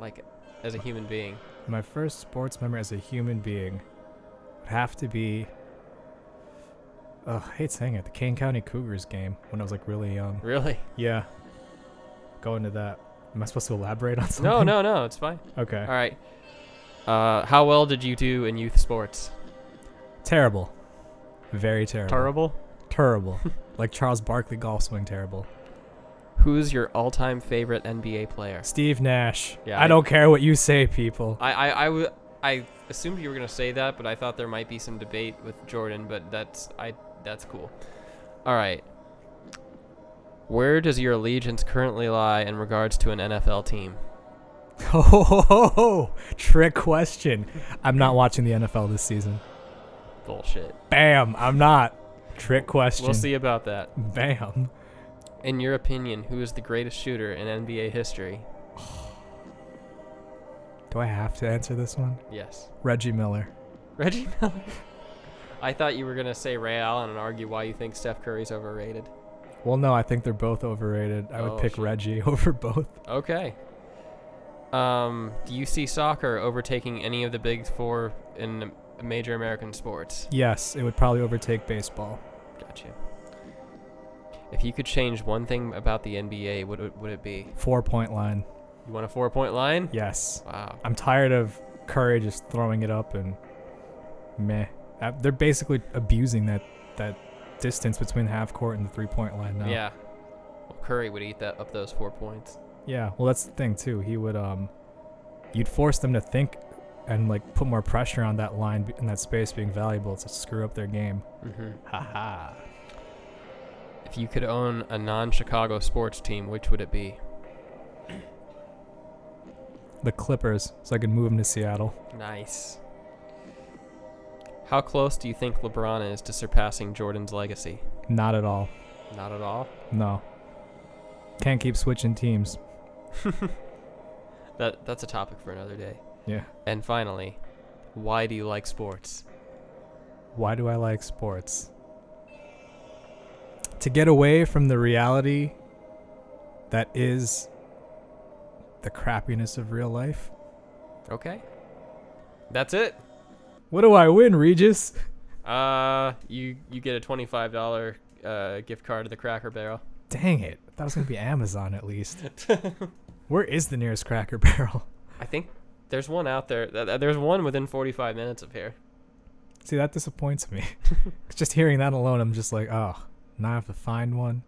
Speaker 4: Like, as a human being.
Speaker 3: My first sports memory as a human being would have to be. Ugh, I hate saying it. The Kane County Cougars game when I was like really young.
Speaker 4: Really?
Speaker 3: Yeah. Go into that. Am I supposed to elaborate on something?
Speaker 4: No, no, no. It's fine.
Speaker 3: Okay.
Speaker 4: All right. Uh, how well did you do in youth sports?
Speaker 3: Terrible. Very terrible.
Speaker 4: Terrible.
Speaker 3: terrible. like Charles Barkley golf swing terrible.
Speaker 4: Who's your all-time favorite NBA player?
Speaker 3: Steve Nash.
Speaker 4: Yeah,
Speaker 3: I
Speaker 4: I-
Speaker 3: don't care what you say, people.
Speaker 4: I, I, I, w- I assumed you were gonna say that, but I thought there might be some debate with Jordan. But that's I. That's cool. All right. Where does your allegiance currently lie in regards to an NFL team?
Speaker 3: Oh, ho, ho, ho, ho. Oh, trick question. I'm not watching the NFL this season.
Speaker 4: Bullshit.
Speaker 3: Bam. I'm not. Trick question.
Speaker 4: We'll see about that.
Speaker 3: Bam.
Speaker 4: In your opinion, who is the greatest shooter in NBA history?
Speaker 3: Do I have to answer this one?
Speaker 4: Yes.
Speaker 3: Reggie Miller.
Speaker 4: Reggie Miller. I thought you were gonna say Ray Allen and argue why you think Steph Curry's overrated.
Speaker 3: Well, no, I think they're both overrated. I would
Speaker 4: Oh,
Speaker 3: pick
Speaker 4: shit.
Speaker 3: Reggie over both.
Speaker 4: Okay. Um, do you see soccer overtaking any of the big four in m- major American sports?
Speaker 3: Yes, it would probably overtake baseball.
Speaker 4: Gotcha. If you could change one thing about the NBA, what would, would it be?
Speaker 3: Four point line.
Speaker 4: You want a four-point line?
Speaker 3: Yes.
Speaker 4: Wow.
Speaker 3: I'm tired of Curry just throwing it up and meh. Uh, They're basically abusing that, that distance between half court and the three point line now.
Speaker 4: Yeah. Well, Curry would eat that up those four points.
Speaker 3: Yeah, well, that's the thing too. He would um, you'd force them to think and like put more pressure on that line be- and that space being valuable to screw up their game.
Speaker 4: Mm-hmm.
Speaker 3: Haha.
Speaker 4: If you could own a non-Chicago sports team, which would it be?
Speaker 3: The Clippers, so I could move him to Seattle.
Speaker 4: Nice. How close do you think LeBron is to surpassing Jordan's legacy?
Speaker 3: Not at all.
Speaker 4: Not at all.
Speaker 3: No. Can't keep switching teams.
Speaker 4: That that's a topic for another day.
Speaker 3: Yeah.
Speaker 4: And finally, why do you like sports?
Speaker 3: Why do I like sports? To get away from the reality that is the crappiness of real life.
Speaker 4: Okay. That's it.
Speaker 3: What do I win, Regis?
Speaker 4: Uh you you get a twenty-five dollar uh, gift card to the Cracker Barrel.
Speaker 3: Dang it. I thought it was going to be Amazon at least. Where is the nearest Cracker Barrel?
Speaker 4: I think there's one out there. th- th- There's one within forty-five minutes of here.
Speaker 3: See, that disappoints me. just hearing that alone, I'm just like, oh, now I have to find one.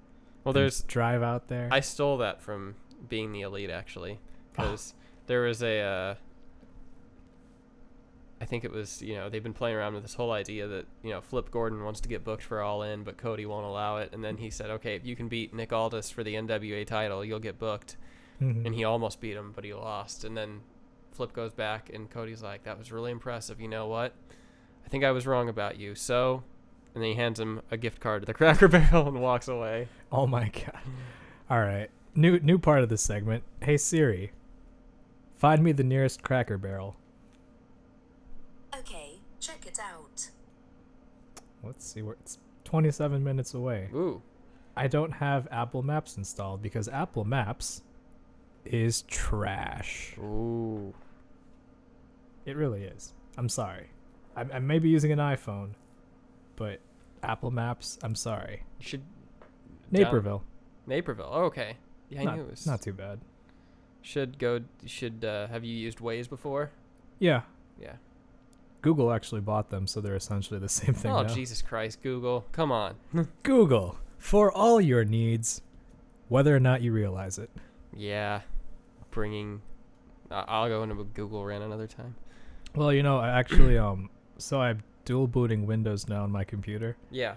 Speaker 4: Well,
Speaker 3: and
Speaker 4: there's
Speaker 3: drive out there.
Speaker 4: I stole that from being the elite actually, because there was a. Uh, I think it was you know they've been playing around with this whole idea that you know Flip Gordon wants to get booked for All In, but Cody won't allow it. And then he said, okay, if you can beat Nick Aldis for the NWA title, you'll get booked.
Speaker 3: Mhm.
Speaker 4: And he almost beat him, but he lost. And then Flip goes back, and Cody's like, "That was really impressive. You know what? I think I was wrong about you." So, and then he hands him a gift card to the Cracker Barrel and walks away.
Speaker 3: Oh my god. All right. New new part of this segment. Hey Siri. Find me the nearest Cracker Barrel.
Speaker 5: Okay, check it out.
Speaker 3: Let's see where it's 27 minutes away.
Speaker 4: Ooh,
Speaker 3: I don't have Apple Maps installed because Apple Maps is trash.
Speaker 4: ooh.
Speaker 3: It really is. I'm sorry. I, I may be using an iPhone, but Apple Maps, I'm sorry.
Speaker 4: You should
Speaker 3: Naperville.
Speaker 4: Naperville. Oh, okay. Yeah, I
Speaker 3: not,
Speaker 4: knew it was.
Speaker 3: not too bad.
Speaker 4: Should go. Should uh, have you used Waze before?
Speaker 3: Yeah.
Speaker 4: Yeah.
Speaker 3: Google actually bought them, so they're essentially the same thing.
Speaker 4: Oh
Speaker 3: now.
Speaker 4: Jesus Christ, Google! Come on.
Speaker 3: Google for all your needs, whether or not you realize it.
Speaker 4: yeah, bringing. I- I'll go into a Google rant another time.
Speaker 3: Well, you know, I actually um, so I'm dual booting Windows now on my computer.
Speaker 4: Yeah.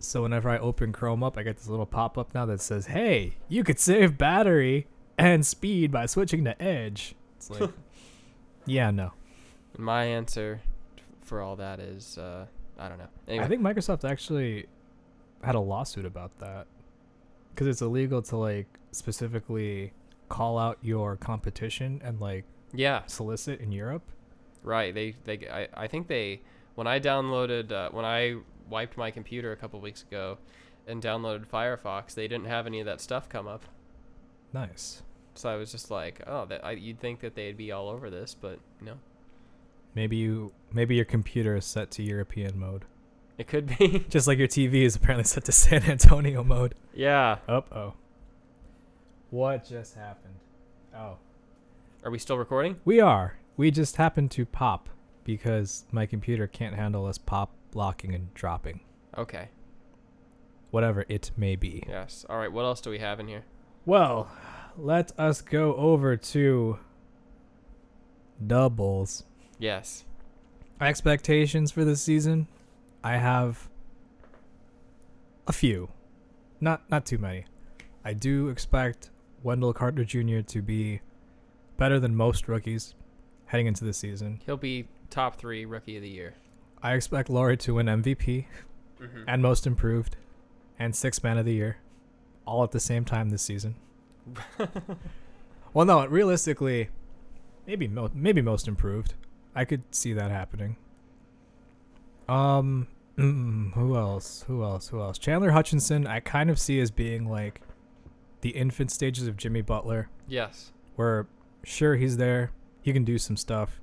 Speaker 3: So whenever I open Chrome up, I get this little pop up now that says, "Hey, you could save battery and speed by switching to Edge." It's like, yeah, no.
Speaker 4: My answer for all that is uh, I don't know. Anyway,
Speaker 3: I think Microsoft actually had a lawsuit about that because it's illegal to like specifically call out your competition and like
Speaker 4: yeah,
Speaker 3: solicit in Europe.
Speaker 4: right. They they g- I, I think they when I downloaded uh, when I wiped my computer a couple weeks ago and downloaded Firefox, they didn't have any of that stuff come up.
Speaker 3: Nice.
Speaker 4: So I was just like, oh, that I, you'd think that they'd be all over this, but no,
Speaker 3: Maybe you maybe your computer is set to European mode.
Speaker 4: it could be.
Speaker 3: Just like your TV is apparently set to San Antonio mode.
Speaker 4: yeah.
Speaker 3: Uh oh. What just happened? Oh.
Speaker 4: Are we still recording?
Speaker 3: We are. We just happened to pop because my computer can't handle us pop locking and dropping.
Speaker 4: Okay.
Speaker 3: Whatever it may be.
Speaker 4: Yes. All right. What else do we have in here?
Speaker 3: Well, let us go over to doubles.
Speaker 4: Yes.
Speaker 3: expectations for this season, I have a few, not not too many. I do expect Wendell Carter Jr. to be better than most rookies heading into the season.
Speaker 4: He'll be top three rookie of the year.
Speaker 3: I expect Laurie to win MVP and Most Improved and Sixth Man of the Year, all at the same time this season. well, no, realistically, maybe mo- maybe Most Improved. I could see that happening. Um, mm, who else? Who else? Who else? Chandler Hutchinson, I kind of see as being like the infant stages of Jimmy Butler
Speaker 4: Yes.
Speaker 3: where sure he's there, he can do some stuff,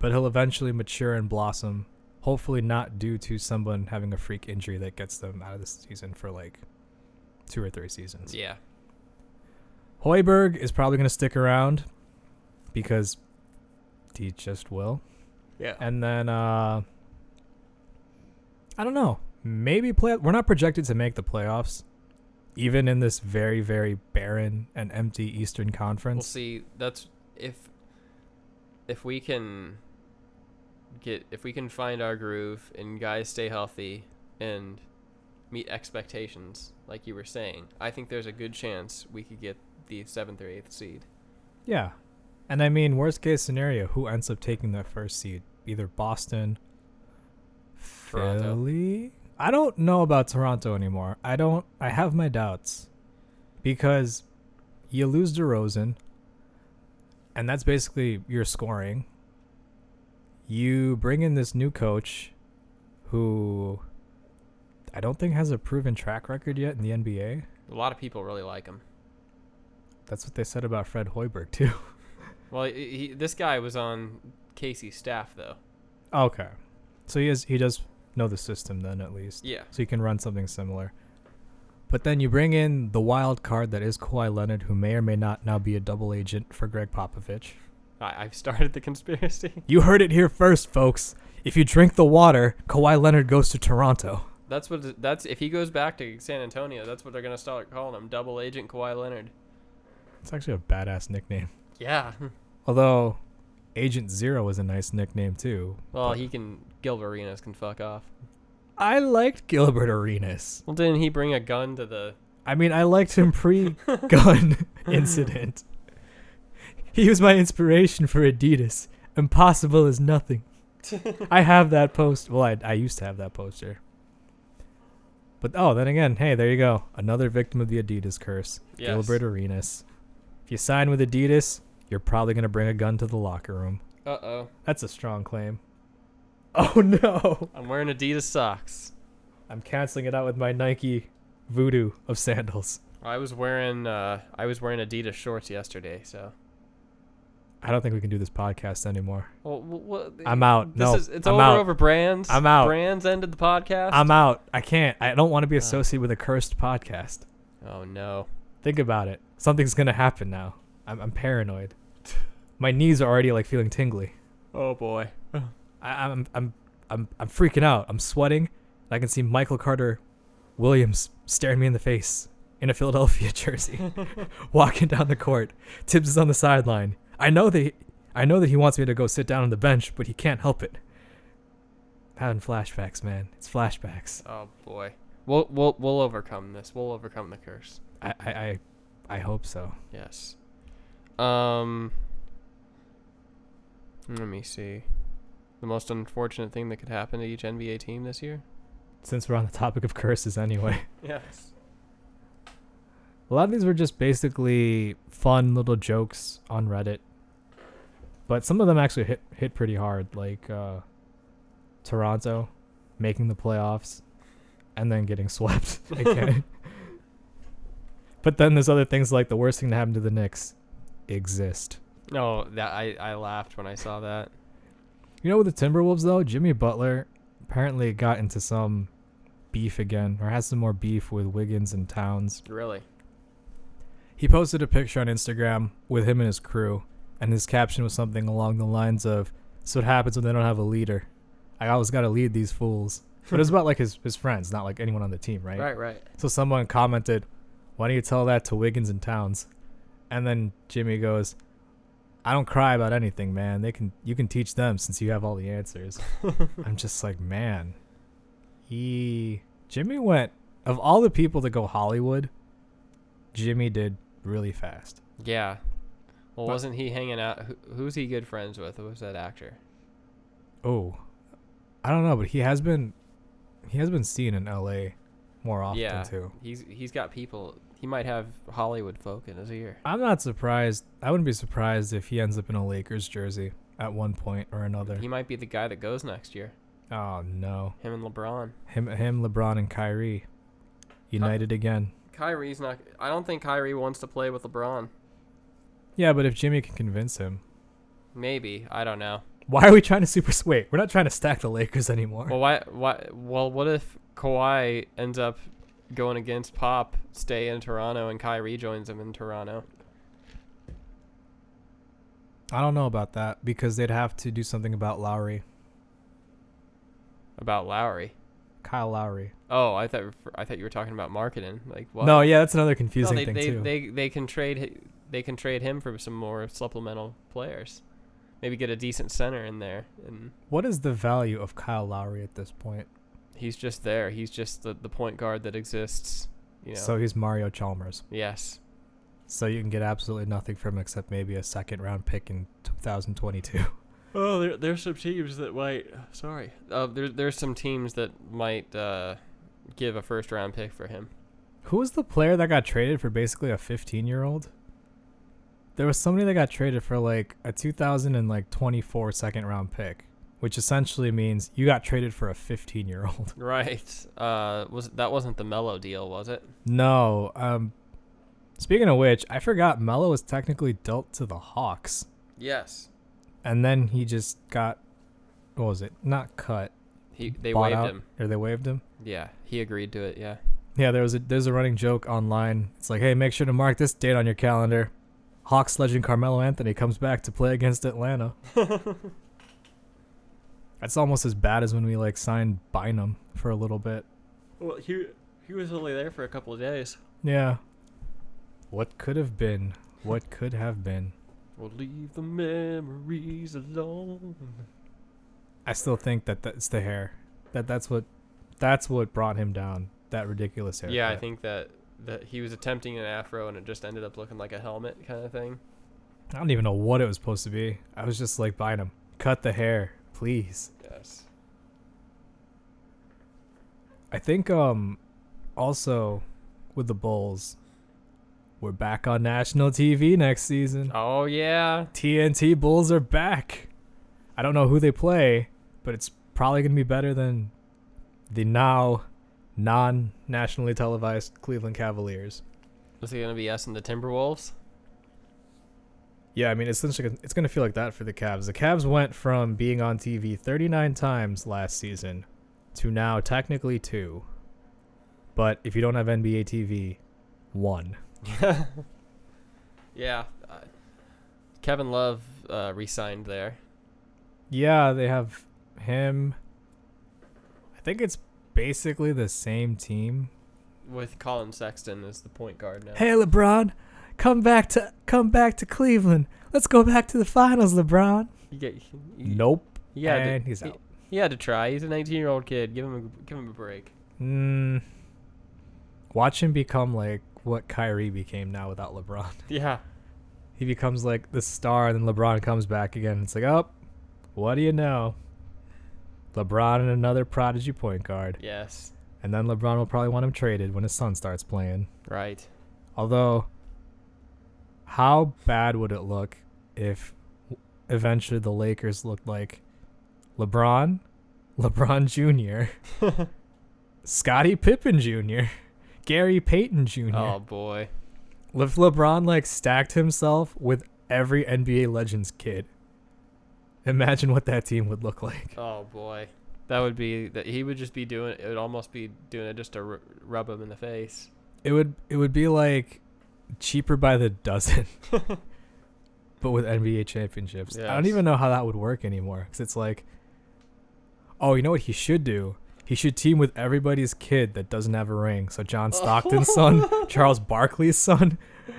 Speaker 3: but he'll eventually mature and blossom. Hopefully not due to someone having a freak injury that gets them out of the season for like two or three seasons.
Speaker 4: Yeah.
Speaker 3: Hoiberg is probably going to stick around because he just will.
Speaker 4: Yeah.
Speaker 3: And then uh I don't know. Maybe play we're not projected to make the playoffs even in this very very barren and empty Eastern
Speaker 4: we'll
Speaker 3: Conference.
Speaker 4: see. That's if if we can get if we can find our groove and guys stay healthy and meet expectations, like you were saying. I think there's a good chance we could get the seventh or eighth seed.
Speaker 3: Yeah. And I mean, worst case scenario, who ends up taking that first seed? Either Boston,
Speaker 4: Toronto.
Speaker 3: Philly? I don't know about Toronto anymore. I don't, I have my doubts because you lose DeRozan, and that's basically your scoring. You bring in this new coach who I don't think has a proven track record yet in the NBA.
Speaker 4: A lot of people really like him.
Speaker 3: That's what they said about Fred Hoiberg, too.
Speaker 4: Well, he, he, this guy was on Casey's staff though.
Speaker 3: Okay. So he is he does know the system then at least.
Speaker 4: Yeah.
Speaker 3: So he can run something similar. But then you bring in the wild card that is Kawhi Leonard, who may or may not now be a double agent for Greg Popovich.
Speaker 4: I, I've started the conspiracy.
Speaker 3: You heard it here first, folks. If you drink the water, Kawhi Leonard goes to Toronto.
Speaker 4: That's what. That's if he goes back to San Antonio. That's what they're gonna start calling him, Double Agent Kawhi Leonard.
Speaker 3: It's actually a badass nickname.
Speaker 4: Yeah.
Speaker 3: Although Agent Zero is a nice nickname too.
Speaker 4: Well, he can. Gilbert Arenas can fuck off.
Speaker 3: I liked Gilbert Arenas.
Speaker 4: Well, didn't he bring a gun to the?
Speaker 3: I mean, I liked him pre gun incident. He was my inspiration for Adidas. Impossible is nothing. I have that post. Well, I, I used to have that poster. But oh, then again, hey, there you go. Another victim of the Adidas curse.
Speaker 4: Yes.
Speaker 3: Gilbert Arenas. If you sign with Adidas, you're probably going to bring a gun to the locker room.
Speaker 4: Uh oh.
Speaker 3: That's a strong claim. Oh no.
Speaker 4: I'm wearing Adidas socks.
Speaker 3: I'm canceling it out with my Nike voodoo of sandals.
Speaker 4: I was wearing uh, I was wearing Adidas shorts yesterday. So
Speaker 3: I don't think we can do this podcast anymore.
Speaker 4: well, wh- what-
Speaker 3: I'm out.
Speaker 4: This
Speaker 3: No,
Speaker 4: is, it's
Speaker 3: I'm
Speaker 4: over
Speaker 3: out.
Speaker 4: over brands.
Speaker 3: I'm out.
Speaker 4: Brands ended the podcast.
Speaker 3: I'm out. I can't. I don't want to be associated with a cursed podcast.
Speaker 4: Oh no.
Speaker 3: Think about it. Something's going to happen now. I'm, I'm paranoid. My knees are already like feeling tingly.
Speaker 4: Oh boy.
Speaker 3: I, I'm, I'm, I'm, I'm freaking out. I'm sweating. and I can see Michael Carter Williams staring me in the face in a Philadelphia jersey, walking down the court. Tibbs is on the sideline. I know that, he- I know that he wants me to go sit down on the bench, but he can't help it. Having flashbacks, man. It's flashbacks.
Speaker 4: Oh boy. We'll we'll we'll overcome this. We'll overcome the curse.
Speaker 3: I, I, I, I hope so.
Speaker 4: Yes. Um. Let me see. The most unfortunate thing that could happen to each NBA team this year.
Speaker 3: Since we're on the topic of curses, anyway.
Speaker 4: Yes.
Speaker 3: A lot of these were just basically fun little jokes on Reddit. But some of them actually hit hit pretty hard, like uh, Toronto making the playoffs and then getting swept again. but then there's other things like the worst thing to happen to the Knicks exist.
Speaker 4: No, that I I laughed when I saw that.
Speaker 3: You know, with the Timberwolves though, Jimmy Butler apparently got into some beef again, or has some more beef with Wiggins and Towns.
Speaker 4: Really.
Speaker 3: He posted a picture on Instagram with him and his crew, and his caption was something along the lines of, "So what happens when they don't have a leader? I always got to lead these fools." But it was about like his his friends, not like anyone on the team, right?
Speaker 4: Right. Right.
Speaker 3: So someone commented, "Why don't you tell that to Wiggins and Towns?" And then Jimmy goes, "I don't cry about anything, man. They can you can teach them since you have all the answers." I'm just like, man, he Jimmy went of all the people to go Hollywood, Jimmy did really fast.
Speaker 4: Yeah. Well,
Speaker 3: But-
Speaker 4: wasn't he hanging out? Who, who's he good friends with? Who's that actor?
Speaker 3: Oh, I don't know, but he has been he has been seen in L.A. more often
Speaker 4: yeah.
Speaker 3: too.
Speaker 4: He's he's got people. He might have Hollywood folk in his ear.
Speaker 3: I'm not surprised. I wouldn't be surprised if he ends up in a Lakers jersey at one point or another.
Speaker 4: He might be the guy that goes next year.
Speaker 3: Oh no,
Speaker 4: Him and LeBron.
Speaker 3: him, him, LeBron and Kyrie, united again.
Speaker 4: Kyrie's not. I don't think Kyrie wants to play with LeBron.
Speaker 3: Yeah, but if Jimmy can convince him,
Speaker 4: Maybe I don't know.
Speaker 3: why are we trying to super wait? We're not trying to stack the Lakers anymore.
Speaker 4: Well, why? Why? Well, what if Kawhi ends up going against Pop, stay in Toronto, and Kyrie joins him in Toronto?
Speaker 3: I don't know about that because they'd have to do something about Lowry,
Speaker 4: About Lowry.
Speaker 3: Kyle Lowry.
Speaker 4: Oh, I thought I thought you were talking about marketing. Like what?
Speaker 3: No, yeah, that's another
Speaker 4: No,
Speaker 3: confusing
Speaker 4: they,
Speaker 3: thing
Speaker 4: they,
Speaker 3: too.
Speaker 4: they they can trade hi- they can trade him for some more supplemental players. Maybe get a decent center in there, and
Speaker 3: what is the value of Kyle Lowry at this point?
Speaker 4: he's just there. He's just the, the point guard that exists. You know.
Speaker 3: So he's Mario Chalmers.
Speaker 4: yes.
Speaker 3: So you can get absolutely nothing from him except maybe a second round pick in 2022.
Speaker 4: Oh, there, there's some teams that might. Sorry. Uh, there, there's some teams that might uh, give a first round pick for him.
Speaker 3: Who was the player that got traded for basically a 15 year old? There was somebody that got traded for like a 2024 second round pick, which essentially means you got traded for a 15 year old.
Speaker 4: Right. Uh, was that wasn't the Mello deal, was it?
Speaker 3: No. Um, speaking of which, I forgot Mello was technically dealt to the Hawks,
Speaker 4: Yes.
Speaker 3: and then he just got what was it? Not cut.
Speaker 4: He they
Speaker 3: bought
Speaker 4: waived
Speaker 3: out,
Speaker 4: him.
Speaker 3: or they waived him.
Speaker 4: Yeah, he agreed to it. Yeah.
Speaker 3: Yeah, there was a there's a running joke online. It's like, hey, make sure to mark this date on your calendar. Hawks legend Carmelo Anthony comes back to play against Atlanta. That's almost as bad as when we like signed Bynum for a little bit.
Speaker 4: Well, he he was only there for a couple of days.
Speaker 3: Yeah. What could have been? What could have been?
Speaker 4: We'll leave the memories alone.
Speaker 3: I still think that that's the hair. That that's what that's what brought him down. That ridiculous hair.
Speaker 4: Yeah, I think that that he was attempting an afro and it just ended up looking like a helmet kind of thing.
Speaker 3: I don't even know what it was supposed to be. I was just like buying them. Cut the hair, please.
Speaker 4: Yes.
Speaker 3: I think um also with the Bulls, we're back on national TV next season.
Speaker 4: Oh yeah.
Speaker 3: TNT Bulls are back. I don't know who they play, but it's probably going to be better than the now non nationally televised Cleveland Cavaliers.
Speaker 4: Is it gonna be us and the Timberwolves?
Speaker 3: Yeah, I mean, it's essentially gonna- it's going to feel like that for the Cavs. The Cavs went from being on TV 39 times last season to now technically two. But if you don't have NBA TV, one.
Speaker 4: Yeah. Uh, Kevin Love uh, re-signed there.
Speaker 3: Yeah, they have him. I think it's basically the same team.
Speaker 4: with Colin Sexton as the point guard now.
Speaker 3: Hey LeBron, come back to come back to Cleveland. Let's go back to the finals, LeBron.
Speaker 4: You get, you,
Speaker 3: Nope.
Speaker 4: you had
Speaker 3: and
Speaker 4: to,
Speaker 3: he's
Speaker 4: he-
Speaker 3: out.
Speaker 4: He, had to try. He's a 19 year old kid. Give him a, give him a break.
Speaker 3: Mm. Watch him become like what Kyrie became now without LeBron.
Speaker 4: Yeah.
Speaker 3: He becomes like the star, and then LeBron comes back again. It's like, oh, what do you know? LeBron and another prodigy point guard,
Speaker 4: Yes.
Speaker 3: and then LeBron will probably want him traded when his son starts playing.
Speaker 4: Right.
Speaker 3: Although, how bad would it look if eventually the Lakers looked like LeBron, LeBron Jr., Scottie Pippen Jr., Gary Payton Jr.?
Speaker 4: Oh boy.
Speaker 3: If LeBron like stacked himself with every NBA Legends kid, imagine what that team would look like.
Speaker 4: Oh boy. That would be that he would just be doing it would almost be doing it just to r- rub him in the face.
Speaker 3: It would it would be like cheaper by the dozen. but with NBA championships. I don't
Speaker 4: Yes.
Speaker 3: even know how that would work anymore cuz it's like Oh, you know what he should do? He should team with everybody's kid that doesn't have a ring. So John Stockton's son, Charles Barkley's son,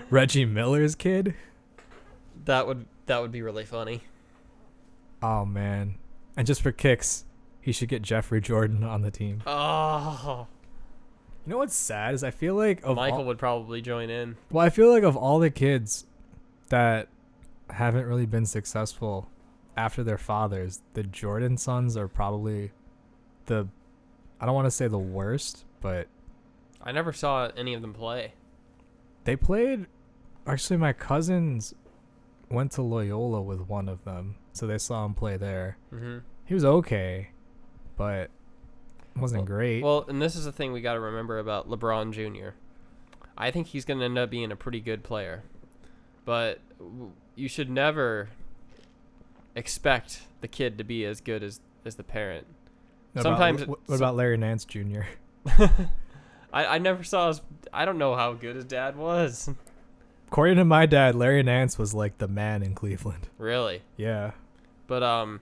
Speaker 3: Reggie Miller's kid.
Speaker 4: That would that would be really funny.
Speaker 3: Oh man. And just for kicks, he should get Jeffrey Jordan on the team.
Speaker 4: Oh.
Speaker 3: You know what's sad is I feel like of
Speaker 4: Michael
Speaker 3: all,
Speaker 4: would probably join in.
Speaker 3: well, I feel like of all the kids that haven't really been successful after their fathers, the Jordan sons are probably the I don't want to say the worst, but
Speaker 4: I never saw any of them play.
Speaker 3: they played actually my cousins went to Loyola with one of them, so they saw him play there.
Speaker 4: Mm-hmm.
Speaker 3: He was okay, but wasn't great.
Speaker 4: Well, and this is the thing we got to remember about LeBron Jr. I think he's going to end up being a pretty good player, but w- you should never expect the kid to be as good as as the parent.
Speaker 3: What about-
Speaker 4: sometimes it-
Speaker 3: what, what about Larry Nance Jr.?
Speaker 4: I, I never saw his. I don't know how good his dad was.
Speaker 3: According to my dad, Larry Nance was like the man in Cleveland.
Speaker 4: Really,
Speaker 3: Yeah.
Speaker 4: but um,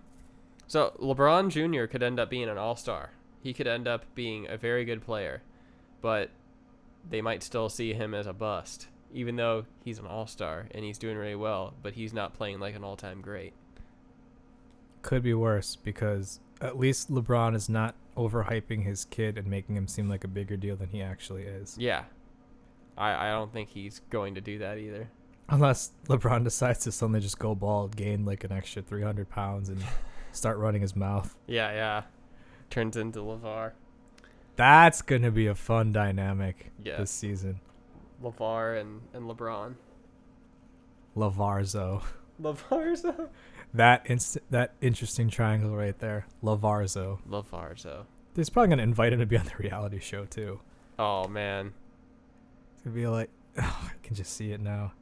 Speaker 4: so LeBron Jr. could end up being an All Star. He could end up being a very good player, but they might still see him as a bust, even though he's an All Star and he's doing really well. But he's not playing like an all time great.
Speaker 3: Could be worse because at least LeBron is not overhyping his kid and making him seem like a bigger deal than he actually is.
Speaker 4: Yeah. I, I don't think he's going to do that either.
Speaker 3: Unless LeBron decides to suddenly just go bald, gain like an extra 300 pounds, and start running his mouth.
Speaker 4: Yeah, yeah. Turns into LeVar.
Speaker 3: That's going to be a fun dynamic
Speaker 4: Yeah.
Speaker 3: this season.
Speaker 4: LeVar and, and LeBron.
Speaker 3: Lavarzo.
Speaker 4: LeVar's
Speaker 3: That inst- that interesting triangle right there. Lavarzo.
Speaker 4: LeVar, so.
Speaker 3: He's probably going to invite him to be on the reality show too.
Speaker 4: Oh, man.
Speaker 3: to be like, oh, I can just see it now.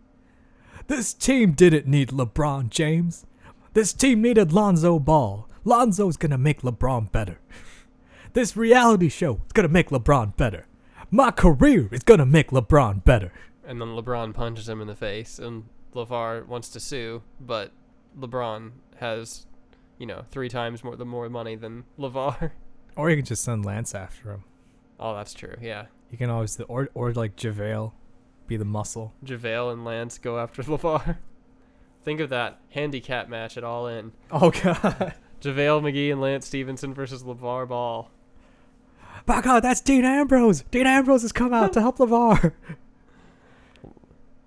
Speaker 3: This team didn't need LeBron James. This team needed Lonzo Ball. Lonzo's gonna make LeBron better. This reality show is gonna make LeBron better. My career is gonna make LeBron better.
Speaker 4: And then LeBron punches him in the face, and LeVar wants to sue, but LeBron has, you know, three times more the more money than LeVar.
Speaker 3: Or you can just send Lance after him.
Speaker 4: Oh, that's true. Yeah.
Speaker 3: You can always or or like JaVale, be the muscle.
Speaker 4: JaVale and Lance go after LeVar. Think of that handicap match at all in.
Speaker 3: Oh god.
Speaker 4: JaVale McGee and Lance Stevenson versus LeVar Ball.
Speaker 3: By God, that's Dean Ambrose. Dean Ambrose has come out to help LeVar.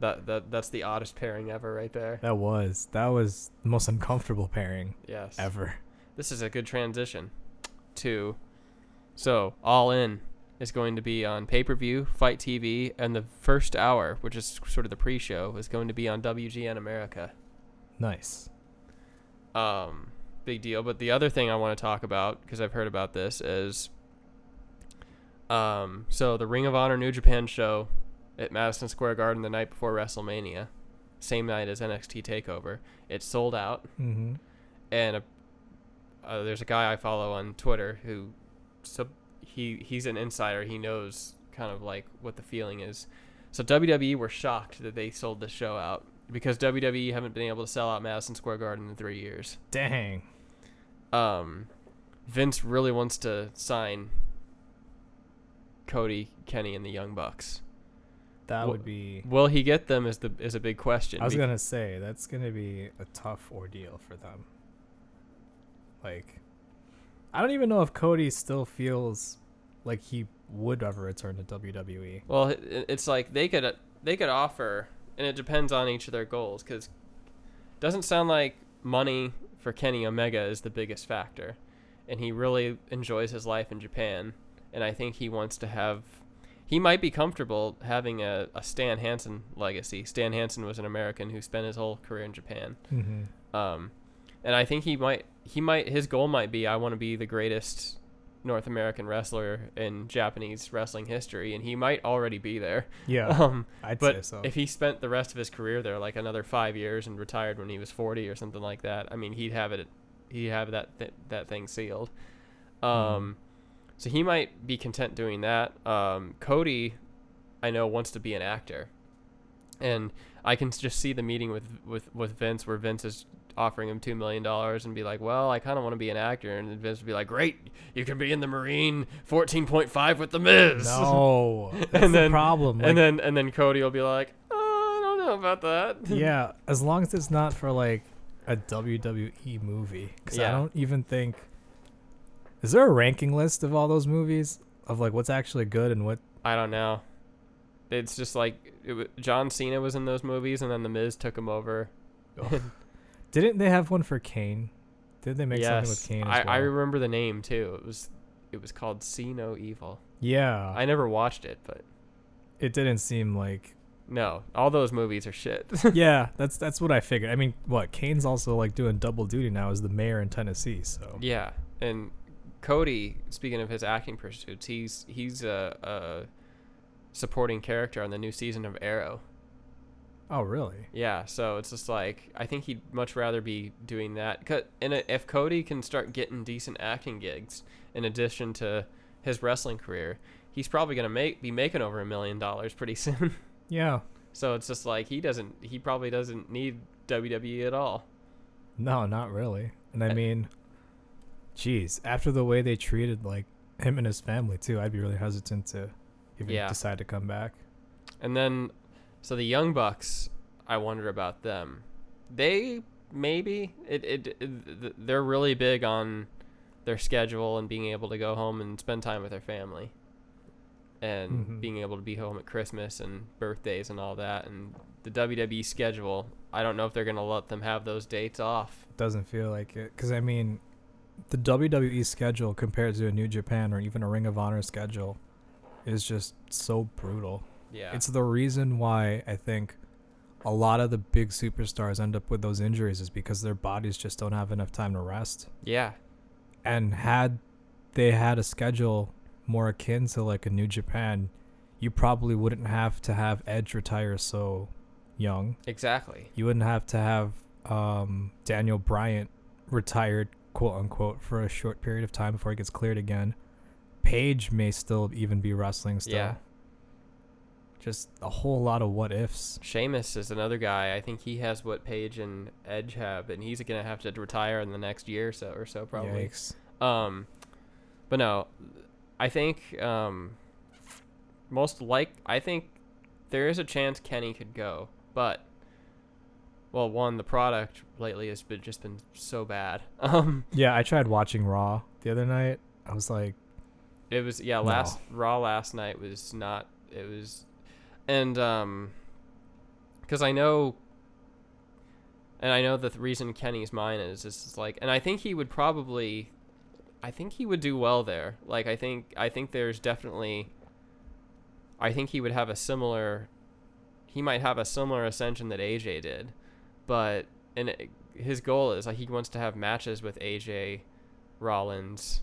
Speaker 4: That that that's the oddest pairing ever, right there.
Speaker 3: That was that was the most uncomfortable pairing
Speaker 4: Yes.
Speaker 3: ever.
Speaker 4: This is a good transition. To, so all in is going to be on pay per view, Fight TV, and the first hour, which is sort of the pre-show, is going to be on WGN America.
Speaker 3: Nice.
Speaker 4: um, big deal. But the other thing I want to talk about because I've heard about this is, um, so the Ring of Honor New Japan show at Madison Square Garden the night before WrestleMania, same night as NXT Takeover, it sold out,
Speaker 3: Mm-hmm.
Speaker 4: and a, uh, there's a guy I follow on Twitter who, sub, he he's an insider. He knows kind of like what the feeling is. So WWE were shocked that they sold this show out because WWE haven't been able to sell out Madison Square Garden in three years
Speaker 3: Dang.
Speaker 4: um, Vince really wants to sign Cody, Kenny, and the Young Bucks.
Speaker 3: That
Speaker 4: Wh-
Speaker 3: would be.
Speaker 4: Will he get them? Is the is a big question.
Speaker 3: I was
Speaker 4: Be-
Speaker 3: gonna say that's gonna be a tough ordeal for them. Like, I don't even know if Cody still feels like he would ever return to E. WWE.
Speaker 4: well, it- it's like they could they could offer, and it depends on each of their goals. Because doesn't sound like money for Kenny Omega is the biggest factor, and he really enjoys his life in Japan, and I think he wants to have. He might be comfortable having a, a Stan Hansen legacy. Stan Hansen was an American who spent his whole career in Japan.
Speaker 3: Mm-hmm.
Speaker 4: um, and I think he might he might his goal might be I want to be the greatest North American wrestler in Japanese wrestling history, and he might already be there.
Speaker 3: Yeah,
Speaker 4: Um,
Speaker 3: I'd say
Speaker 4: but
Speaker 3: so.
Speaker 4: if he spent the rest of his career there, like another five years, and retired when he was forty or something like that, I mean he'd have it he'd have that th- that thing sealed.
Speaker 3: Mm-hmm.
Speaker 4: Um, so he might be content doing that. Um, Cody, I know wants to be an actor, and I can just see the meeting with with with Vince where Vince is offering him two million dollars and be like, "Well, I kind of want to be an actor," and then Vince would be like, "Great, you can be in the Marine fourteen point five with the Miz."
Speaker 3: no, that's
Speaker 4: and
Speaker 3: the
Speaker 4: then
Speaker 3: problem. Like,
Speaker 4: and then and then Cody will be like, "Uh, "I don't know about that."
Speaker 3: yeah, as long as it's not for like a WWE movie, because I
Speaker 4: Yeah.
Speaker 3: don't even think. Is there a ranking list of all those movies of like what's actually good and what?
Speaker 4: I don't know. It's just like it, wa- John Cena was in those movies, and then the Miz took him over.
Speaker 3: Didn't they have one for Kane? Did they make something with
Speaker 4: yes,
Speaker 3: Kane?
Speaker 4: I,
Speaker 3: as well?
Speaker 4: I remember the name too. It was it was called See No Evil.
Speaker 3: Yeah,
Speaker 4: I never watched it, but
Speaker 3: it didn't seem like.
Speaker 4: no, all those movies are shit.
Speaker 3: yeah, that's that's what I figured. I mean, what Kane's also like doing double duty now as the mayor in Tennessee. So
Speaker 4: Yeah, and Cody, speaking of his acting pursuits, he's he's a, a supporting character on the new season of Arrow.
Speaker 3: oh really?
Speaker 4: Yeah, so it's just like I think he'd much rather be doing that. 'Cause- And i- if Cody can start getting decent acting gigs in addition to his wrestling career, he's probably gonna make be making over a million dollars pretty soon.
Speaker 3: Yeah,
Speaker 4: so it's just like he doesn't he probably doesn't need WWE at all.
Speaker 3: no, not really. And I
Speaker 4: I-
Speaker 3: mean, geez, after the way they treated like him and his family too, I'd be really hesitant to even
Speaker 4: Yeah.
Speaker 3: decide to come back.
Speaker 4: And then, so the Young Bucks, I wonder about them. They maybe it, it, it th- they're really big on their schedule and being able to go home and spend time with their family, and
Speaker 3: Mhm.
Speaker 4: being able to be home at Christmas and birthdays and all that. And the WWE schedule, I don't know if they're gonna let them have those dates off.
Speaker 3: Doesn't feel like it because I mean, the WWE schedule compared to a New Japan or even a Ring of Honor schedule is just so brutal.
Speaker 4: Yeah,
Speaker 3: It's the reason why I think a lot of the big superstars end up with those injuries is because their bodies just don't have enough time to rest.
Speaker 4: yeah,
Speaker 3: And had they had a schedule more akin to like a New Japan, you probably wouldn't have to have Edge retire so young.
Speaker 4: exactly.
Speaker 3: You wouldn't have to have um, Daniel Bryant retired, quote unquote, for a short period of time before he gets cleared again. Paige may still even be wrestling still.
Speaker 4: Yeah.
Speaker 3: Just a whole lot of what ifs.
Speaker 4: Sheamus is another guy. I think he has what Page and Edge have, and he's gonna have to retire in the next year or so, or so probably.
Speaker 3: Yikes.
Speaker 4: Um, but no, I think um, most like I think there is a chance Kenny could go, but well, one the product lately has been just been so bad. Um,
Speaker 3: Yeah, I tried watching Raw the other night. I was like,
Speaker 4: it was yeah
Speaker 3: No.
Speaker 4: last Raw last night was not it was, and um, because I know, and I know the th- reason Kenny's mine is is it's like, and I think he would probably, I think he would do well there. Like I think I think there's definitely, I think he would have a similar, he might have a similar ascension that AJ did, but and it, his goal is like he wants to have matches with AJ, Rollins.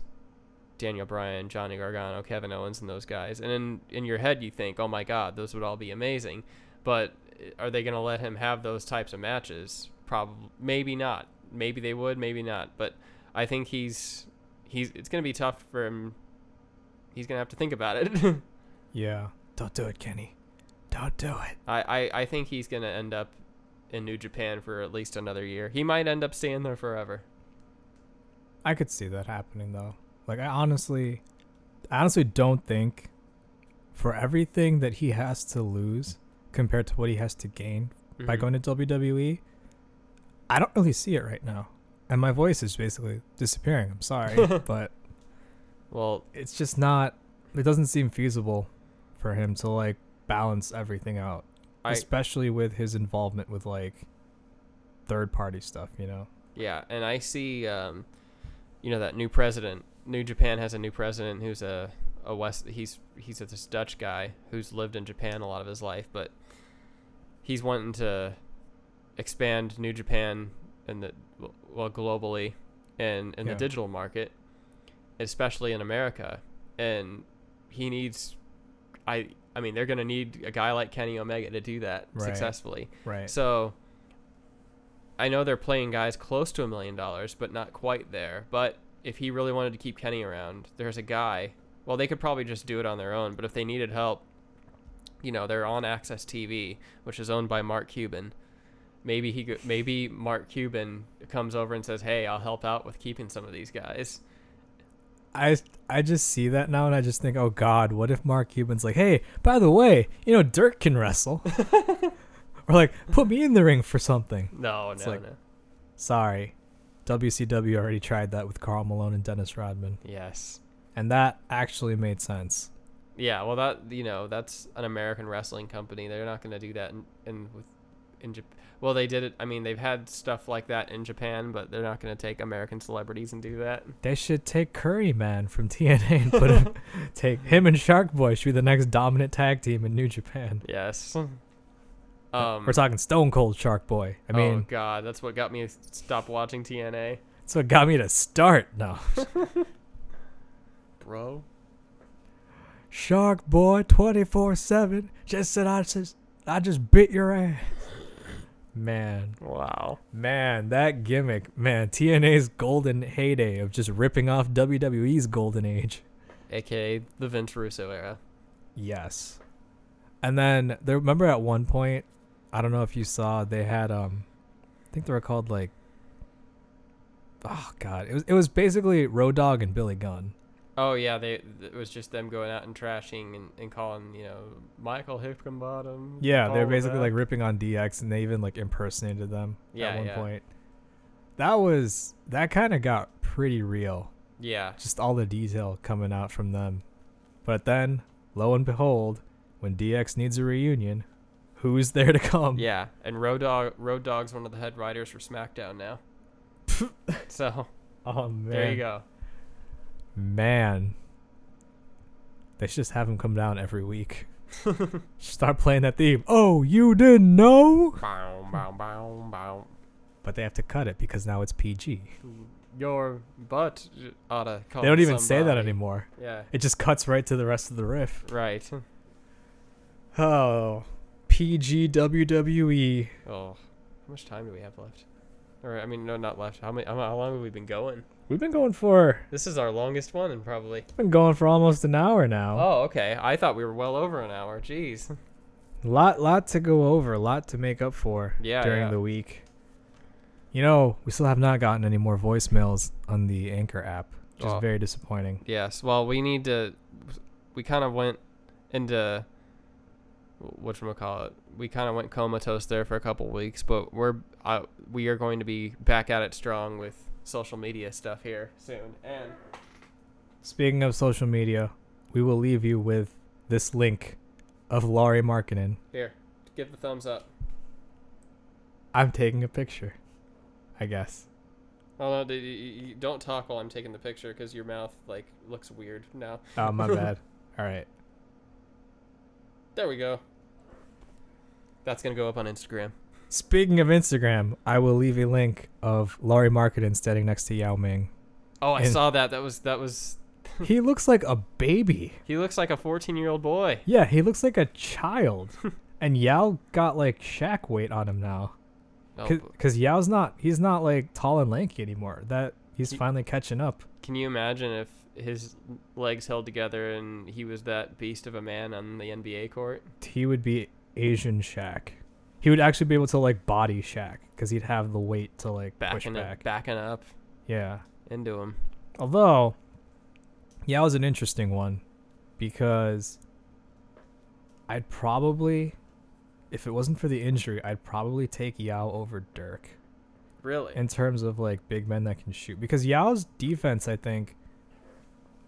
Speaker 4: Daniel Bryan, Johnny Gargano, Kevin Owens, and those guys. And in, in your head, you think, oh my God, those would all be amazing. But eh, are they going to let him have those types of matches? Probably, maybe not. Maybe they would, maybe not. But I think he's he's. It's going to be tough for him. He's going to have to think about it.
Speaker 3: Yeah. Don't do it, Kenny. Don't do it.
Speaker 4: I, I I think he's going to end up in New Japan for at least another year. He might end up staying there forever.
Speaker 3: I could see that happening though. Like I honestly I honestly don't think for everything that he has to lose compared to what he has to gain by
Speaker 4: Mhm.
Speaker 3: going to WWE, I don't really see it right now. And my voice is basically disappearing. I'm sorry, but
Speaker 4: Well,
Speaker 3: it's just not it doesn't seem feasible for him to like balance everything out,
Speaker 4: I
Speaker 3: especially with his involvement with like third party stuff, you know.
Speaker 4: Yeah, and I see, um, you know, that new president. New Japan has a new president who's a, a West. He's he's a, this Dutch guy who's lived in Japan a lot of his life, but he's wanting to expand New Japan and the well globally and in
Speaker 3: Yeah.
Speaker 4: the digital market, especially in America, and he needs. I I mean, they're gonna need a guy like Kenny Omega to do that
Speaker 3: Right.
Speaker 4: successfully.
Speaker 3: Right.
Speaker 4: So I know they're playing guys close to a million dollars, but not quite there. But if he really wanted to keep Kenny around, there's a guy. Well, they could probably just do it on their own, but if they needed help, you know, they're on Access TV, which is owned by Mark Cuban. Maybe he could, maybe Mark Cuban comes over and says, "Hey, I'll help out with keeping some of these guys."
Speaker 3: I I just see that now and I just think, oh God, what if Mark Cuban's like, hey, by the way, you know Dirk can wrestle, or like put me in the ring for something.
Speaker 4: No, no,
Speaker 3: like-
Speaker 4: no.
Speaker 3: Sorry, WCW already tried that with Carl Malone and Dennis Rodman,
Speaker 4: Yes.
Speaker 3: and that actually made sense.
Speaker 4: Yeah, well, that you know, that's an American wrestling company. They're not going to do that in, in with in Japan. Well, they did it. I mean, they've had stuff like that in Japan, but they're not going to take American celebrities and do that.
Speaker 3: They should take Curry Man from TNA and put him, take him and Shark Boy should be the next dominant tag team in New Japan.
Speaker 4: Yes. Um.
Speaker 3: We're talking Stone Cold Shark Boy. I mean,
Speaker 4: oh God, that's what got me to stop watching TNA,
Speaker 3: that's what got me to start. No,
Speaker 4: bro.
Speaker 3: Shark Boy 24 7 just said I just I just bit your ass. Man,
Speaker 4: Wow.
Speaker 3: man, that gimmick, man, TNA's golden heyday of just ripping off WWE's golden age.
Speaker 4: AKA the Vince Russo era.
Speaker 3: Yes. And then there remember at one point, I don't know if you saw, they had um I think they were called like Oh god. It was it was basically Road Dog and Billy Gunn.
Speaker 4: Oh yeah, they it was just them going out and trashing and, and calling you know Michael Hickenbottom.
Speaker 3: Yeah, they're
Speaker 4: Paul
Speaker 3: basically
Speaker 4: Levesque.
Speaker 3: like ripping on DX, and they even like impersonated them
Speaker 4: Yeah,
Speaker 3: at one
Speaker 4: yeah.
Speaker 3: point. That was that kind of got pretty real.
Speaker 4: yeah.
Speaker 3: Just all the detail coming out from them. But then, lo and behold, when DX needs a reunion, who's there to come?
Speaker 4: Yeah, and Road Dog Road Dog's one of the head writers for SmackDown now. so
Speaker 3: Oh man.
Speaker 4: there you go.
Speaker 3: Man. They should just have him come down every week. Start playing that theme. Oh, you didn't know?
Speaker 4: Bow, bow, bow, bow.
Speaker 3: But they have to cut it because now it's PG.
Speaker 4: Your butt uh, oughta. Call
Speaker 3: They don't even say that
Speaker 4: Oh, somebody.
Speaker 3: anymore.
Speaker 4: Yeah,
Speaker 3: It just cuts right to the rest of the riff.
Speaker 4: right.
Speaker 3: Oh, PG WWE.
Speaker 4: Oh, how much time do we have left? Or I mean, no, not left. How many? How how long have we been going?
Speaker 3: We've been going for
Speaker 4: This is our longest one, and probably.
Speaker 3: been going for almost an hour now.
Speaker 4: Oh, okay. I thought we were well over an hour. Jeez.
Speaker 3: Lot lot to go over, lot to make up for
Speaker 4: Yeah,
Speaker 3: during
Speaker 4: yeah.
Speaker 3: the week. You know, we still have not gotten any more voicemails on the Anchor app, which
Speaker 4: Oh.
Speaker 3: is very disappointing.
Speaker 4: Yes. Well, we need to. We kind of went into what call it. We kind of went comatose there for a couple weeks, but we're I, we are going to be back at it strong with social media stuff here soon. And
Speaker 3: Speaking of social media, we will leave you with this link of Laurie Markkinen.
Speaker 4: here, give the thumbs up.
Speaker 3: I'm taking a picture. I guess.
Speaker 4: Oh no! Dude, you, you you don't talk while I'm taking the picture because your mouth like looks weird now.
Speaker 3: Oh, my bad. All right.
Speaker 4: There we go. That's gonna go up on Instagram.
Speaker 3: Speaking of Instagram, I will leave a link of Laurie Marketing standing next to Yao Ming.
Speaker 4: Oh, I
Speaker 3: And-
Speaker 4: saw that. That was that was.
Speaker 3: He looks like a baby.
Speaker 4: He looks like a 14 year old boy.
Speaker 3: Yeah, he looks like a child. and Yao got like Shaq weight on him now.
Speaker 4: Oh,
Speaker 3: Cause,
Speaker 4: b-
Speaker 3: 'cause Yao's not, he's not like tall and lanky anymore. That he's
Speaker 4: He-
Speaker 3: finally catching up.
Speaker 4: can you imagine if his legs held together and he was that beast of a man on the NBA court?
Speaker 3: He would be Asian Shaq. He would actually be able to like body Shaq because he'd have the weight to like push
Speaker 4: Backing
Speaker 3: back.
Speaker 4: up, backing up
Speaker 3: Yeah.
Speaker 4: into him.
Speaker 3: Although, Yao's an interesting one because I'd probably, if it wasn't for the injury, I'd probably take Yao over Dirk
Speaker 4: Really?
Speaker 3: in terms of like big men that can shoot. Because Yao's defense, I think,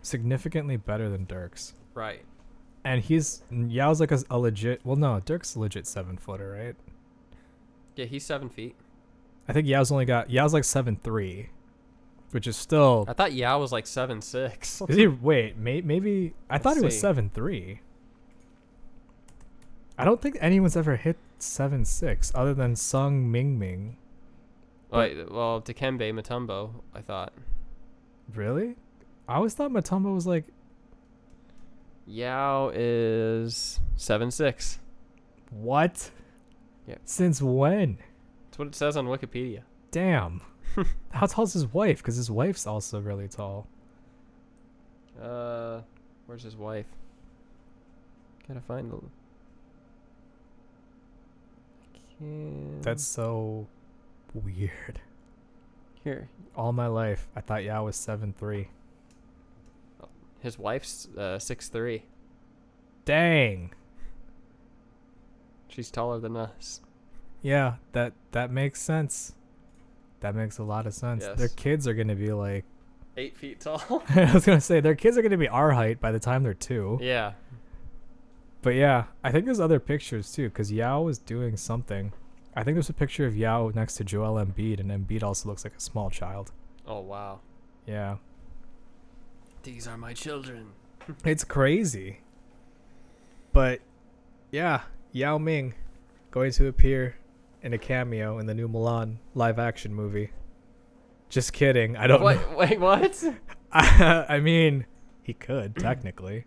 Speaker 3: significantly better than Dirk's.
Speaker 4: right.
Speaker 3: And he's Yao's like a, a legit. Well, no, Dirk's a legit seven footer, right?
Speaker 4: Yeah, he's seven feet.
Speaker 3: I think Yao's only got Yao's like seven three, which is still.
Speaker 4: I thought Yao was like seven six.
Speaker 3: Oh. Is he? Wait, may, maybe I thought he was
Speaker 4: see.
Speaker 3: seven three. I don't think anyone's ever hit seven six other than Sung Ming Ming.
Speaker 4: Wait, well, Dikembe Mutombo, I thought.
Speaker 3: Really? I always thought Matumbo was like,
Speaker 4: Yao is seven six.
Speaker 3: what?
Speaker 4: Yep.
Speaker 3: Since when?
Speaker 4: That's what it says on Wikipedia.
Speaker 3: Damn. How tall's his wife? Because his wife's also really tall.
Speaker 4: Uh, where's his wife? Gotta find the. Can...
Speaker 3: That's so weird.
Speaker 4: here.
Speaker 3: All my life, I thought Yao was seven three.
Speaker 4: His wife's uh six three.
Speaker 3: Dang.
Speaker 4: She's taller than us.
Speaker 3: Yeah, that that makes sense. That makes a lot of sense. Their
Speaker 4: Yes.
Speaker 3: kids are gonna be like
Speaker 4: Eight feet tall.
Speaker 3: I was gonna say their kids are gonna be our height by the time they're two.
Speaker 4: yeah.
Speaker 3: But yeah, I think there's other pictures too, because Yao was doing something. I think there's a picture of Yao next to Joel Embiid, and Embiid also looks like a small child.
Speaker 4: Oh wow.
Speaker 3: Yeah,
Speaker 4: These are my children.
Speaker 3: it's crazy. But yeah, Yao Ming going to appear in a cameo in the new Milan live action movie. Just kidding. I don't.
Speaker 4: Wait,
Speaker 3: Know.
Speaker 4: wait, what?
Speaker 3: I, mean, he could technically.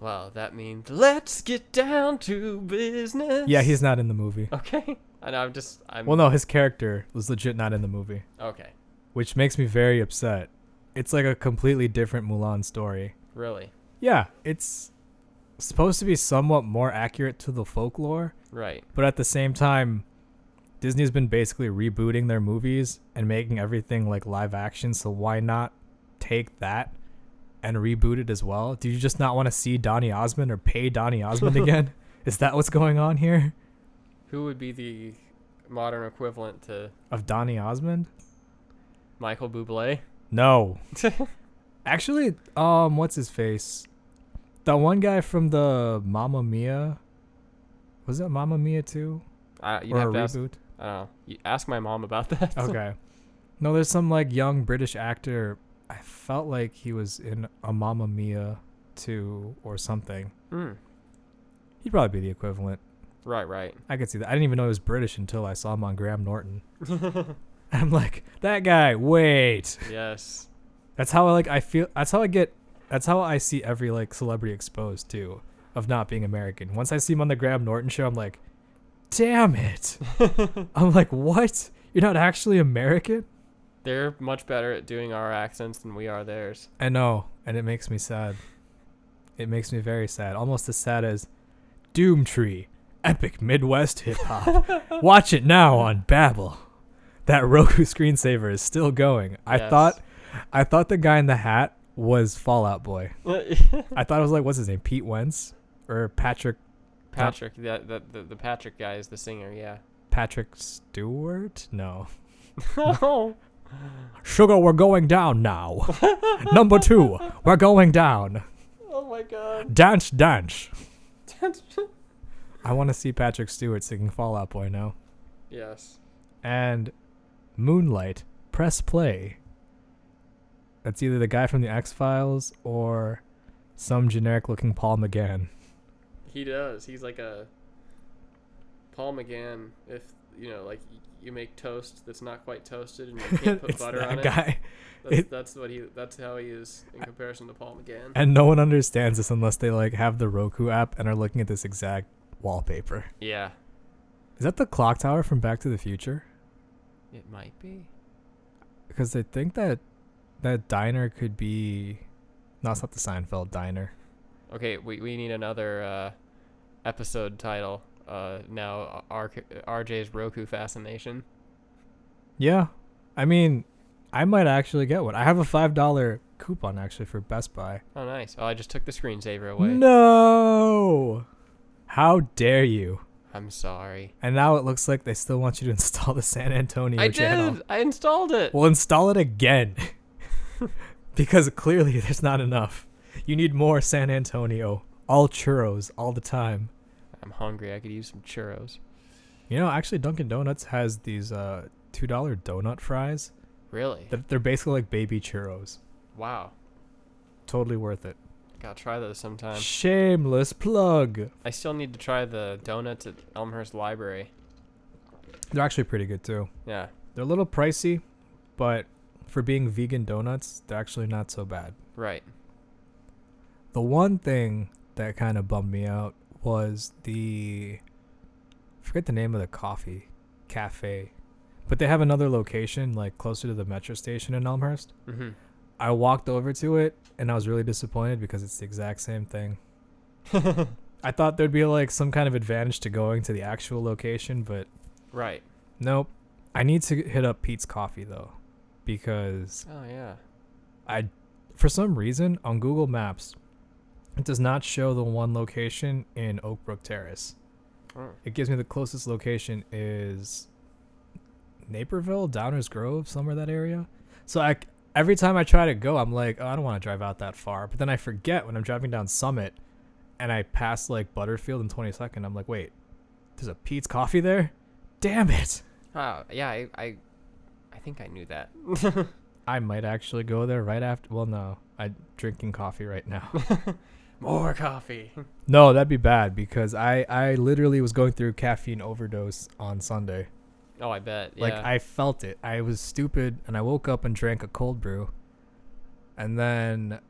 Speaker 4: wow, that means let's get down to business.
Speaker 3: Yeah, he's not in the movie.
Speaker 4: okay. I know. I'm just. I'm.
Speaker 3: Well, no, his character was legit not in the movie,
Speaker 4: Okay.
Speaker 3: which makes me very upset. It's like a completely different Mulan story.
Speaker 4: Really.
Speaker 3: Yeah, it's supposed to be somewhat more accurate to the folklore,
Speaker 4: Right.
Speaker 3: but at the same time, Disney's been basically rebooting their movies and making everything like live action, so why not take that and reboot it as well? Do you just not want to see Donny Osmond or pay Donny Osmond again? Is that what's going on here?
Speaker 4: Who would be the modern equivalent to
Speaker 3: Of Donny Osmond?
Speaker 4: Michael Bublé? Uh,
Speaker 3: No. Actually, um, what's his face? That one guy from the Mamma Mia. Was that Mamma Mia too,
Speaker 4: Uh, you
Speaker 3: or
Speaker 4: have
Speaker 3: a
Speaker 4: to ask,
Speaker 3: reboot?
Speaker 4: I don't know. You ask my mom about that.
Speaker 3: Okay. No, there's some like young British actor. I felt like he was in a Mamma Mia too or something.
Speaker 4: Hmm.
Speaker 3: He'd probably be the equivalent.
Speaker 4: Right, right.
Speaker 3: I could see that. I didn't even know he was British until I saw him on Graham Norton. I'm like, that guy. Wait.
Speaker 4: Yes.
Speaker 3: That's how I like I feel that's how I get that's how I see every like celebrity exposed to of not being American. Once I see him on the Graham Norton show, I'm like, damn it. I'm like, what? You're not actually American?
Speaker 4: They're much better at doing our accents than we are theirs.
Speaker 3: I know, and it makes me sad. It makes me very sad. Almost as sad as Doomtree, epic Midwest hip hop. Watch it now on Babbel. That Roku screensaver is still going. I
Speaker 4: Yes.
Speaker 3: thought I thought the guy in the hat was Fallout Boy. I thought it was like what's his name, Pete Wentz or Patrick
Speaker 4: Patrick, that the, the the Patrick guy is the singer, yeah.
Speaker 3: Patrick Stewart? No,
Speaker 4: oh,
Speaker 3: sugar, we're going down now. Number two, we're going down.
Speaker 4: oh my god.
Speaker 3: Dance, dance. I want to see Patrick Stewart singing Fallout Boy now.
Speaker 4: Yes.
Speaker 3: and Moonlight, press play. That's either the guy from the X Files or some generic looking Paul McGann.
Speaker 4: He does. He's like a Paul McGann. If you know, like y- you make toast that's not quite toasted and you can't put
Speaker 3: it's
Speaker 4: butter
Speaker 3: that
Speaker 4: on it.
Speaker 3: guy.
Speaker 4: That's,
Speaker 3: It-
Speaker 4: that's what he. That's how he is in comparison to Paul McGann.
Speaker 3: And no one understands this unless they like have the Roku app and are looking at this exact wallpaper.
Speaker 4: Yeah,
Speaker 3: Is that the clock tower from Back to the Future?
Speaker 4: it might be.
Speaker 3: Because they think that that diner could be no, it's not the Seinfeld diner.
Speaker 4: Okay, we we need another uh, episode title. Uh, now R- RJ's Roku fascination.
Speaker 3: Yeah. I mean, I might actually get one. I have a five dollar coupon actually for Best Buy.
Speaker 4: Oh, nice. Oh, I just took the screensaver away.
Speaker 3: No. How dare you?
Speaker 4: I'm sorry.
Speaker 3: And now it looks like they still want you to install the San Antonio
Speaker 4: I
Speaker 3: channel.
Speaker 4: did. I installed it.
Speaker 3: Well, install it again. because clearly there's not enough. You need more San Antonio, all churros, all the time.
Speaker 4: I'm hungry. I could use some churros.
Speaker 3: You know, actually, Dunkin' Donuts has these uh, $2 donut fries.
Speaker 4: Really?
Speaker 3: They're, they're basically like baby churros.
Speaker 4: Wow.
Speaker 3: Totally worth it.
Speaker 4: Gotta try those sometime.
Speaker 3: Shameless plug.
Speaker 4: I still need to try the donuts at Elmhurst Library.
Speaker 3: They're actually pretty good, too.
Speaker 4: Yeah.
Speaker 3: They're a little pricey, but for being vegan donuts, they're actually not so bad.
Speaker 4: Right.
Speaker 3: The one thing that kind of bummed me out was the I forget the name of the coffee cafe, but they have another location like closer to the metro station in Elmhurst.
Speaker 4: hmm
Speaker 3: I walked over to it and I was really disappointed because it's the exact same thing. I thought there'd be like some kind of advantage to going to the actual location, but
Speaker 4: Right.
Speaker 3: nope. I need to hit up Pete's Coffee though because
Speaker 4: Oh yeah.
Speaker 3: I, for some reason, on Google Maps, it does not show the one location in Oakbrook Terrace.
Speaker 4: Oh.
Speaker 3: It gives me the closest location is Naperville, Downers Grove, somewhere that area. So I, every time I try to go, I'm like, oh, I don't want to drive out that far. But then I forget when I'm driving down Summit, and I pass like Butterfield and 22nd. I'm like, wait, there's a Pete's Coffee there. Damn it!
Speaker 4: Oh yeah. I I, I think I knew that.
Speaker 3: I might actually go there right after. Well, no, I'm drinking coffee right now.
Speaker 4: More coffee.
Speaker 3: No, that'd be bad because I I literally was going through caffeine overdose on Sunday.
Speaker 4: Oh, I bet. Yeah.
Speaker 3: Like I felt it. I was stupid and I woke up and drank a cold brew. And then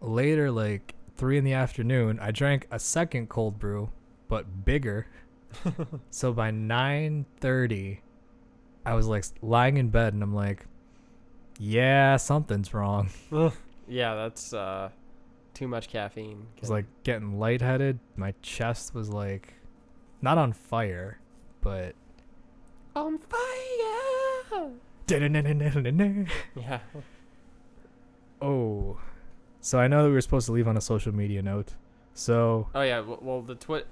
Speaker 3: later like 3 in the afternoon, I drank a second cold brew but bigger. so by 9:30 I was like lying in bed and I'm like yeah, something's wrong.
Speaker 4: yeah. That's uh, too much caffeine.
Speaker 3: was like getting lightheaded. My chest was like not on fire, but
Speaker 4: on fire. Yeah.
Speaker 3: oh. So I know that we were supposed to leave on a social media note. So
Speaker 4: Oh yeah. w- Well, the twit,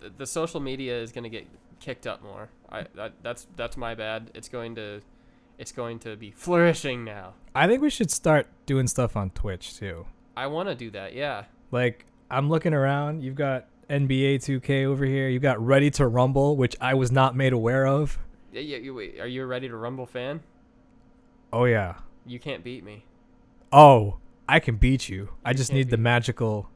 Speaker 4: the, the social media is gonna get kicked up more. I that, that's that's my bad. It's going to, it's going to be flourishing now.
Speaker 3: I think we should start doing stuff on Twitch too.
Speaker 4: I want to do that. Yeah.
Speaker 3: Like I'm looking around, you've got NBA 2K over here, you've got Ready to Rumble, which I was not made aware of.
Speaker 4: Yeah. yeah you, wait, are you a ready to rumble fan?
Speaker 3: Oh yeah.
Speaker 4: You can't beat me.
Speaker 3: Oh, I can beat you. I
Speaker 4: You
Speaker 3: just
Speaker 4: can't
Speaker 3: need the
Speaker 4: beat me.
Speaker 3: magical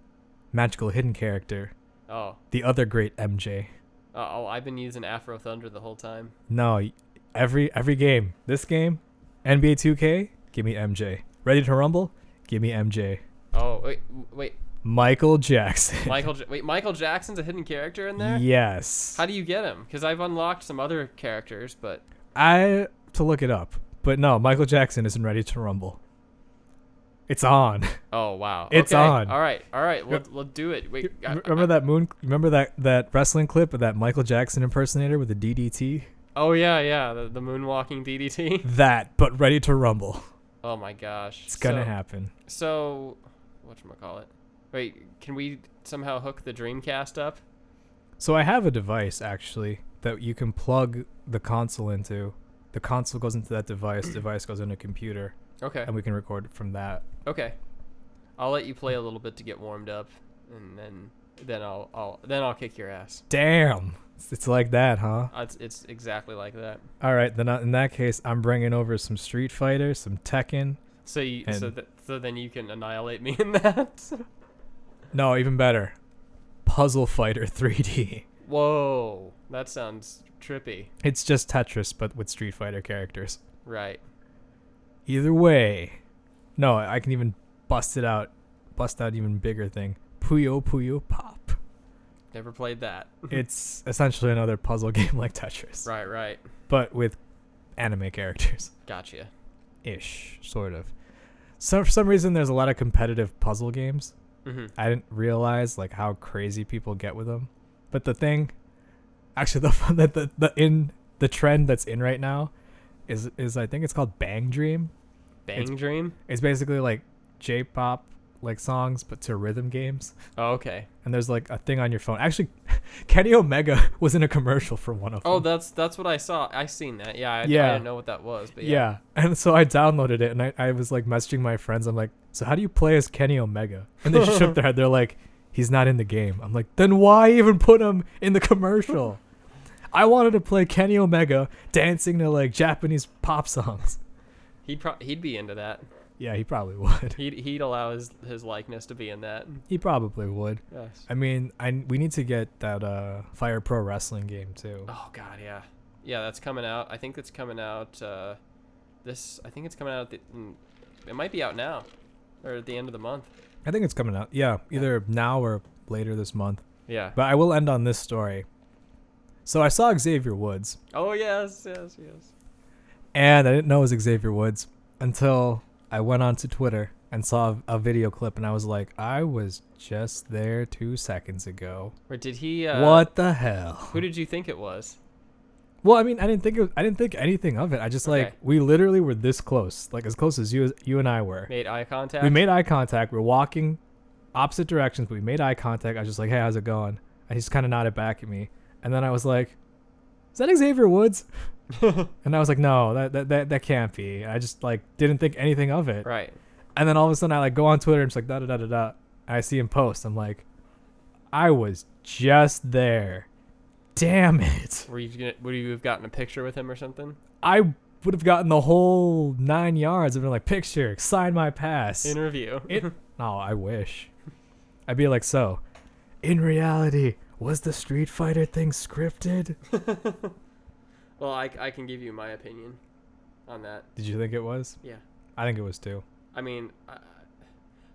Speaker 3: magical hidden character,
Speaker 4: Oh.
Speaker 3: the other great MJ.
Speaker 4: Uh, oh, I've been using Afro Thunder the whole time.
Speaker 3: No, y- every every game. This game, NBA 2K, give me MJ. Ready to Rumble, give me MJ.
Speaker 4: Oh wait, w- wait,
Speaker 3: Michael Jackson.
Speaker 4: Michael, Ja- wait, Michael Jackson's a hidden character in there.
Speaker 3: yes.
Speaker 4: How do you get him? Because I've unlocked some other characters, but
Speaker 3: I to look it up, but no, Michael Jackson isn't Ready to Rumble. It's on.
Speaker 4: oh wow,
Speaker 3: It's
Speaker 4: Okay,
Speaker 3: on.
Speaker 4: All right, all right, we'll, we'll do it. Wait, I- I-
Speaker 3: remember that moon? Remember that that wrestling clip of that Michael Jackson impersonator with the DDT?
Speaker 4: Oh yeah, yeah, the, the moonwalking DDT.
Speaker 3: That, but Ready to Rumble.
Speaker 4: Oh my gosh,
Speaker 3: It's gonna
Speaker 4: so,
Speaker 3: happen.
Speaker 4: So, what call it? Wait, can we somehow hook the Dreamcast up?
Speaker 3: So I have a device actually that you can plug the console into. The console goes into that device. device goes into a computer.
Speaker 4: Okay,
Speaker 3: and we can record from that.
Speaker 4: okay. I'll let you play a little bit to get warmed up, and then then I'll, I'll then I'll kick your ass.
Speaker 3: Damn. It's- It's like that, huh?
Speaker 4: It's, it's exactly like that.
Speaker 3: All right, then uh, in that case, I'm bringing over some Street Fighter, some Tekken.
Speaker 4: So you so
Speaker 3: And-
Speaker 4: that so then you can annihilate me in that.
Speaker 3: No, even better. Puzzle Fighter 3D.
Speaker 4: Whoa, that sounds trippy.
Speaker 3: It's just Tetris, but with Street Fighter characters.
Speaker 4: Right.
Speaker 3: Either way. No, I can even bust it out. Bust out even bigger thing. Puyo Puyo Pop.
Speaker 4: Never played that.
Speaker 3: It's essentially another puzzle game like Tetris.
Speaker 4: Right, right.
Speaker 3: But with anime characters.
Speaker 4: Gotcha.
Speaker 3: Ish, sort of. So for some reason there's a lot of competitive puzzle games.
Speaker 4: hmm
Speaker 3: I didn't realize like how crazy people get with them. But the thing, actually, the the the, the in the trend that's in right now, is is I think it's called Bang Dream.
Speaker 4: Bang Dream.
Speaker 3: It's basically like J-pop like songs, but to rhythm games.
Speaker 4: Oh, okay.
Speaker 3: And there's like a thing on your phone. Actually, Kenny Omega was in a commercial for one of them.
Speaker 4: Oh, that's that's what I saw. I seen that. Yeah. I, I
Speaker 3: Yeah.
Speaker 4: didn't know what that was, but
Speaker 3: yeah.
Speaker 4: yeah.
Speaker 3: And so I downloaded it and I, I was like messaging my friends. I'm like, so how do you play as Kenny Omega? And they shook their head. They're like, he's not in the game. I'm like, then why even put him in the commercial? I wanted to play Kenny Omega dancing to like Japanese pop songs.
Speaker 4: He'd pro- he'd be into that.
Speaker 3: Yeah, he probably would.
Speaker 4: He'd he'd allow his his likeness to be in that.
Speaker 3: He probably would.
Speaker 4: Yes.
Speaker 3: I mean, I we need to get that uh Fire Pro Wrestling game too.
Speaker 4: Oh God, yeah, yeah. That's coming out. I think that's coming out. Uh, this I think it's coming out. At the, mm, it might be out now, or at the end of the month.
Speaker 3: I think it's coming out. Yeah, either now or later this month.
Speaker 4: Yeah.
Speaker 3: But I will end on this story. So I saw Xavier Woods
Speaker 4: Oh yes, yes, yes.
Speaker 3: And I didn't know it was Xavier Woods until I went onto Twitter and saw a video clip, and I was like, I was just there two seconds ago.
Speaker 4: Or did he? Uh,
Speaker 3: what the hell?
Speaker 4: Who did you think it was?
Speaker 3: Well, I mean, I didn't think it was, I didn't think anything of it. I just
Speaker 4: Okay.
Speaker 3: like we literally were this close, like as close as you you and I were.
Speaker 4: Made eye contact.
Speaker 3: We made eye contact. We're walking opposite directions, but we made eye contact. I was just like, "Hey, how's it going?" And he just kind of nodded back at me, and then I was like, "Is that Xavier Woods?" and I was like, "No, that, that that that can't be." I just like didn't think anything of it.
Speaker 4: Right.
Speaker 3: And then all of a sudden, I like go on Twitter and it's like da da da da da. And I see him post. I'm like, "I was just there." Damn it!
Speaker 4: Were you gonna? Would you have gotten a picture with him or something?
Speaker 3: I would have gotten the whole nine yards. I've been like, "Picture, sign my pass."
Speaker 4: Interview.
Speaker 3: In- no, Oh, I wish. I'd be like, so, in reality, was the Street Fighter thing scripted?
Speaker 4: well, I, I can give you my opinion on that.
Speaker 3: Did you think it was?
Speaker 4: Yeah.
Speaker 3: I think it was too.
Speaker 4: I mean, uh,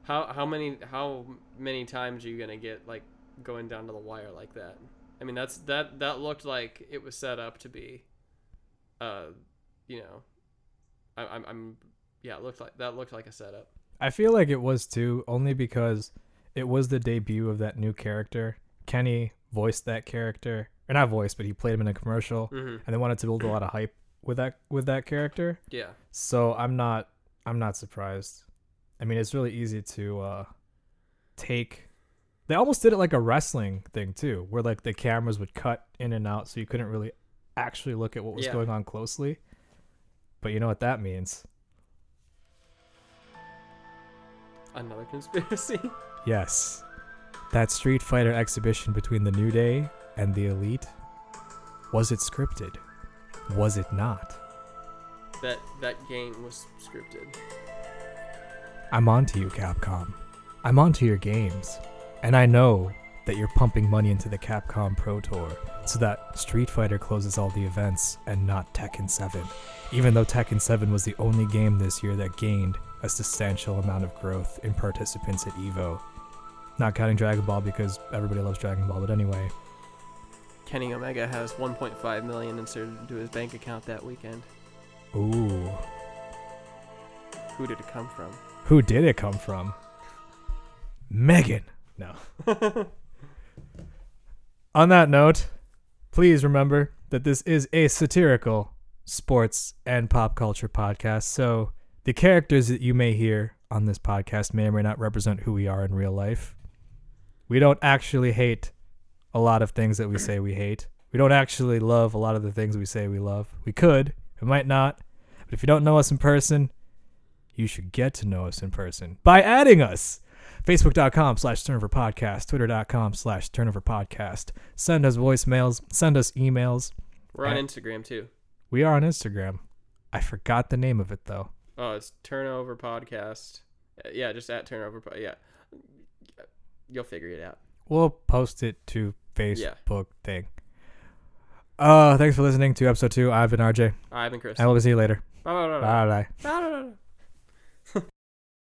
Speaker 4: how how many how many times are you gonna get like going down to the wire like that? I mean, that's that that looked like it was set up to be, uh, you know, I, I'm I'm yeah, it looked like that looked like a setup.
Speaker 3: I feel like it was too, only because it was the debut of that new character. Kenny voiced that character, or not voiced, but he played him in a commercial,
Speaker 4: Mm-hmm.
Speaker 3: and they wanted to build a lot of hype with that with that character.
Speaker 4: Yeah,
Speaker 3: So I'm not I'm not surprised. I mean, it's really easy to uh take They almost did it like a wrestling thing too, where like the cameras would cut in and out so you couldn't really actually look at what was
Speaker 4: Yeah.
Speaker 3: going on closely. But you know what that means?
Speaker 4: another conspiracy.
Speaker 3: Yes. That Street Fighter exhibition between the New Day and the Elite was it scripted? Was it not?
Speaker 4: that that game was scripted.
Speaker 3: I'm onto you, Capcom. I'm onto your games. And I know that you're pumping money into the Capcom Pro Tour so that Street Fighter closes all the events and not Tekken 7. Even though Tekken 7 was the only game this year that gained a substantial amount of growth in participants at EVO. Not counting Dragon Ball because everybody loves Dragon Ball, but anyway.
Speaker 4: Kenny Omega has 1.5 million inserted into his bank account that weekend.
Speaker 3: Ooh.
Speaker 4: Who did it come from?
Speaker 3: Who did it come from? Megan. No. On that note, please remember that this is a satirical sports and pop culture podcast. So the characters that you may hear on this podcast may or may not represent who we are in real life. We don't actually hate a lot of things that we say we hate. We don't actually love a lot of the things we say we love. We could, we might not. But if you don't know us in person, you should get to know us in person by adding us Facebook.com slash turnover podcast, twitter.com slash turnover podcast. Send us voicemails, send us emails.
Speaker 4: We're on
Speaker 3: Yeah.
Speaker 4: Instagram too.
Speaker 3: We are on Instagram. I forgot the name of it though.
Speaker 4: Oh, it's Turnover Podcast. Uh, Yeah, just at Turnover. Po- Yeah, you'll figure it out.
Speaker 3: We'll post it to Facebook thing. Uh, thanks for listening to episode two. I've been RJ.
Speaker 4: I've been Chris.
Speaker 3: I will see you later.
Speaker 4: Blah, blah, blah, blah.
Speaker 3: Bye bye.
Speaker 4: Blah, blah, blah, blah.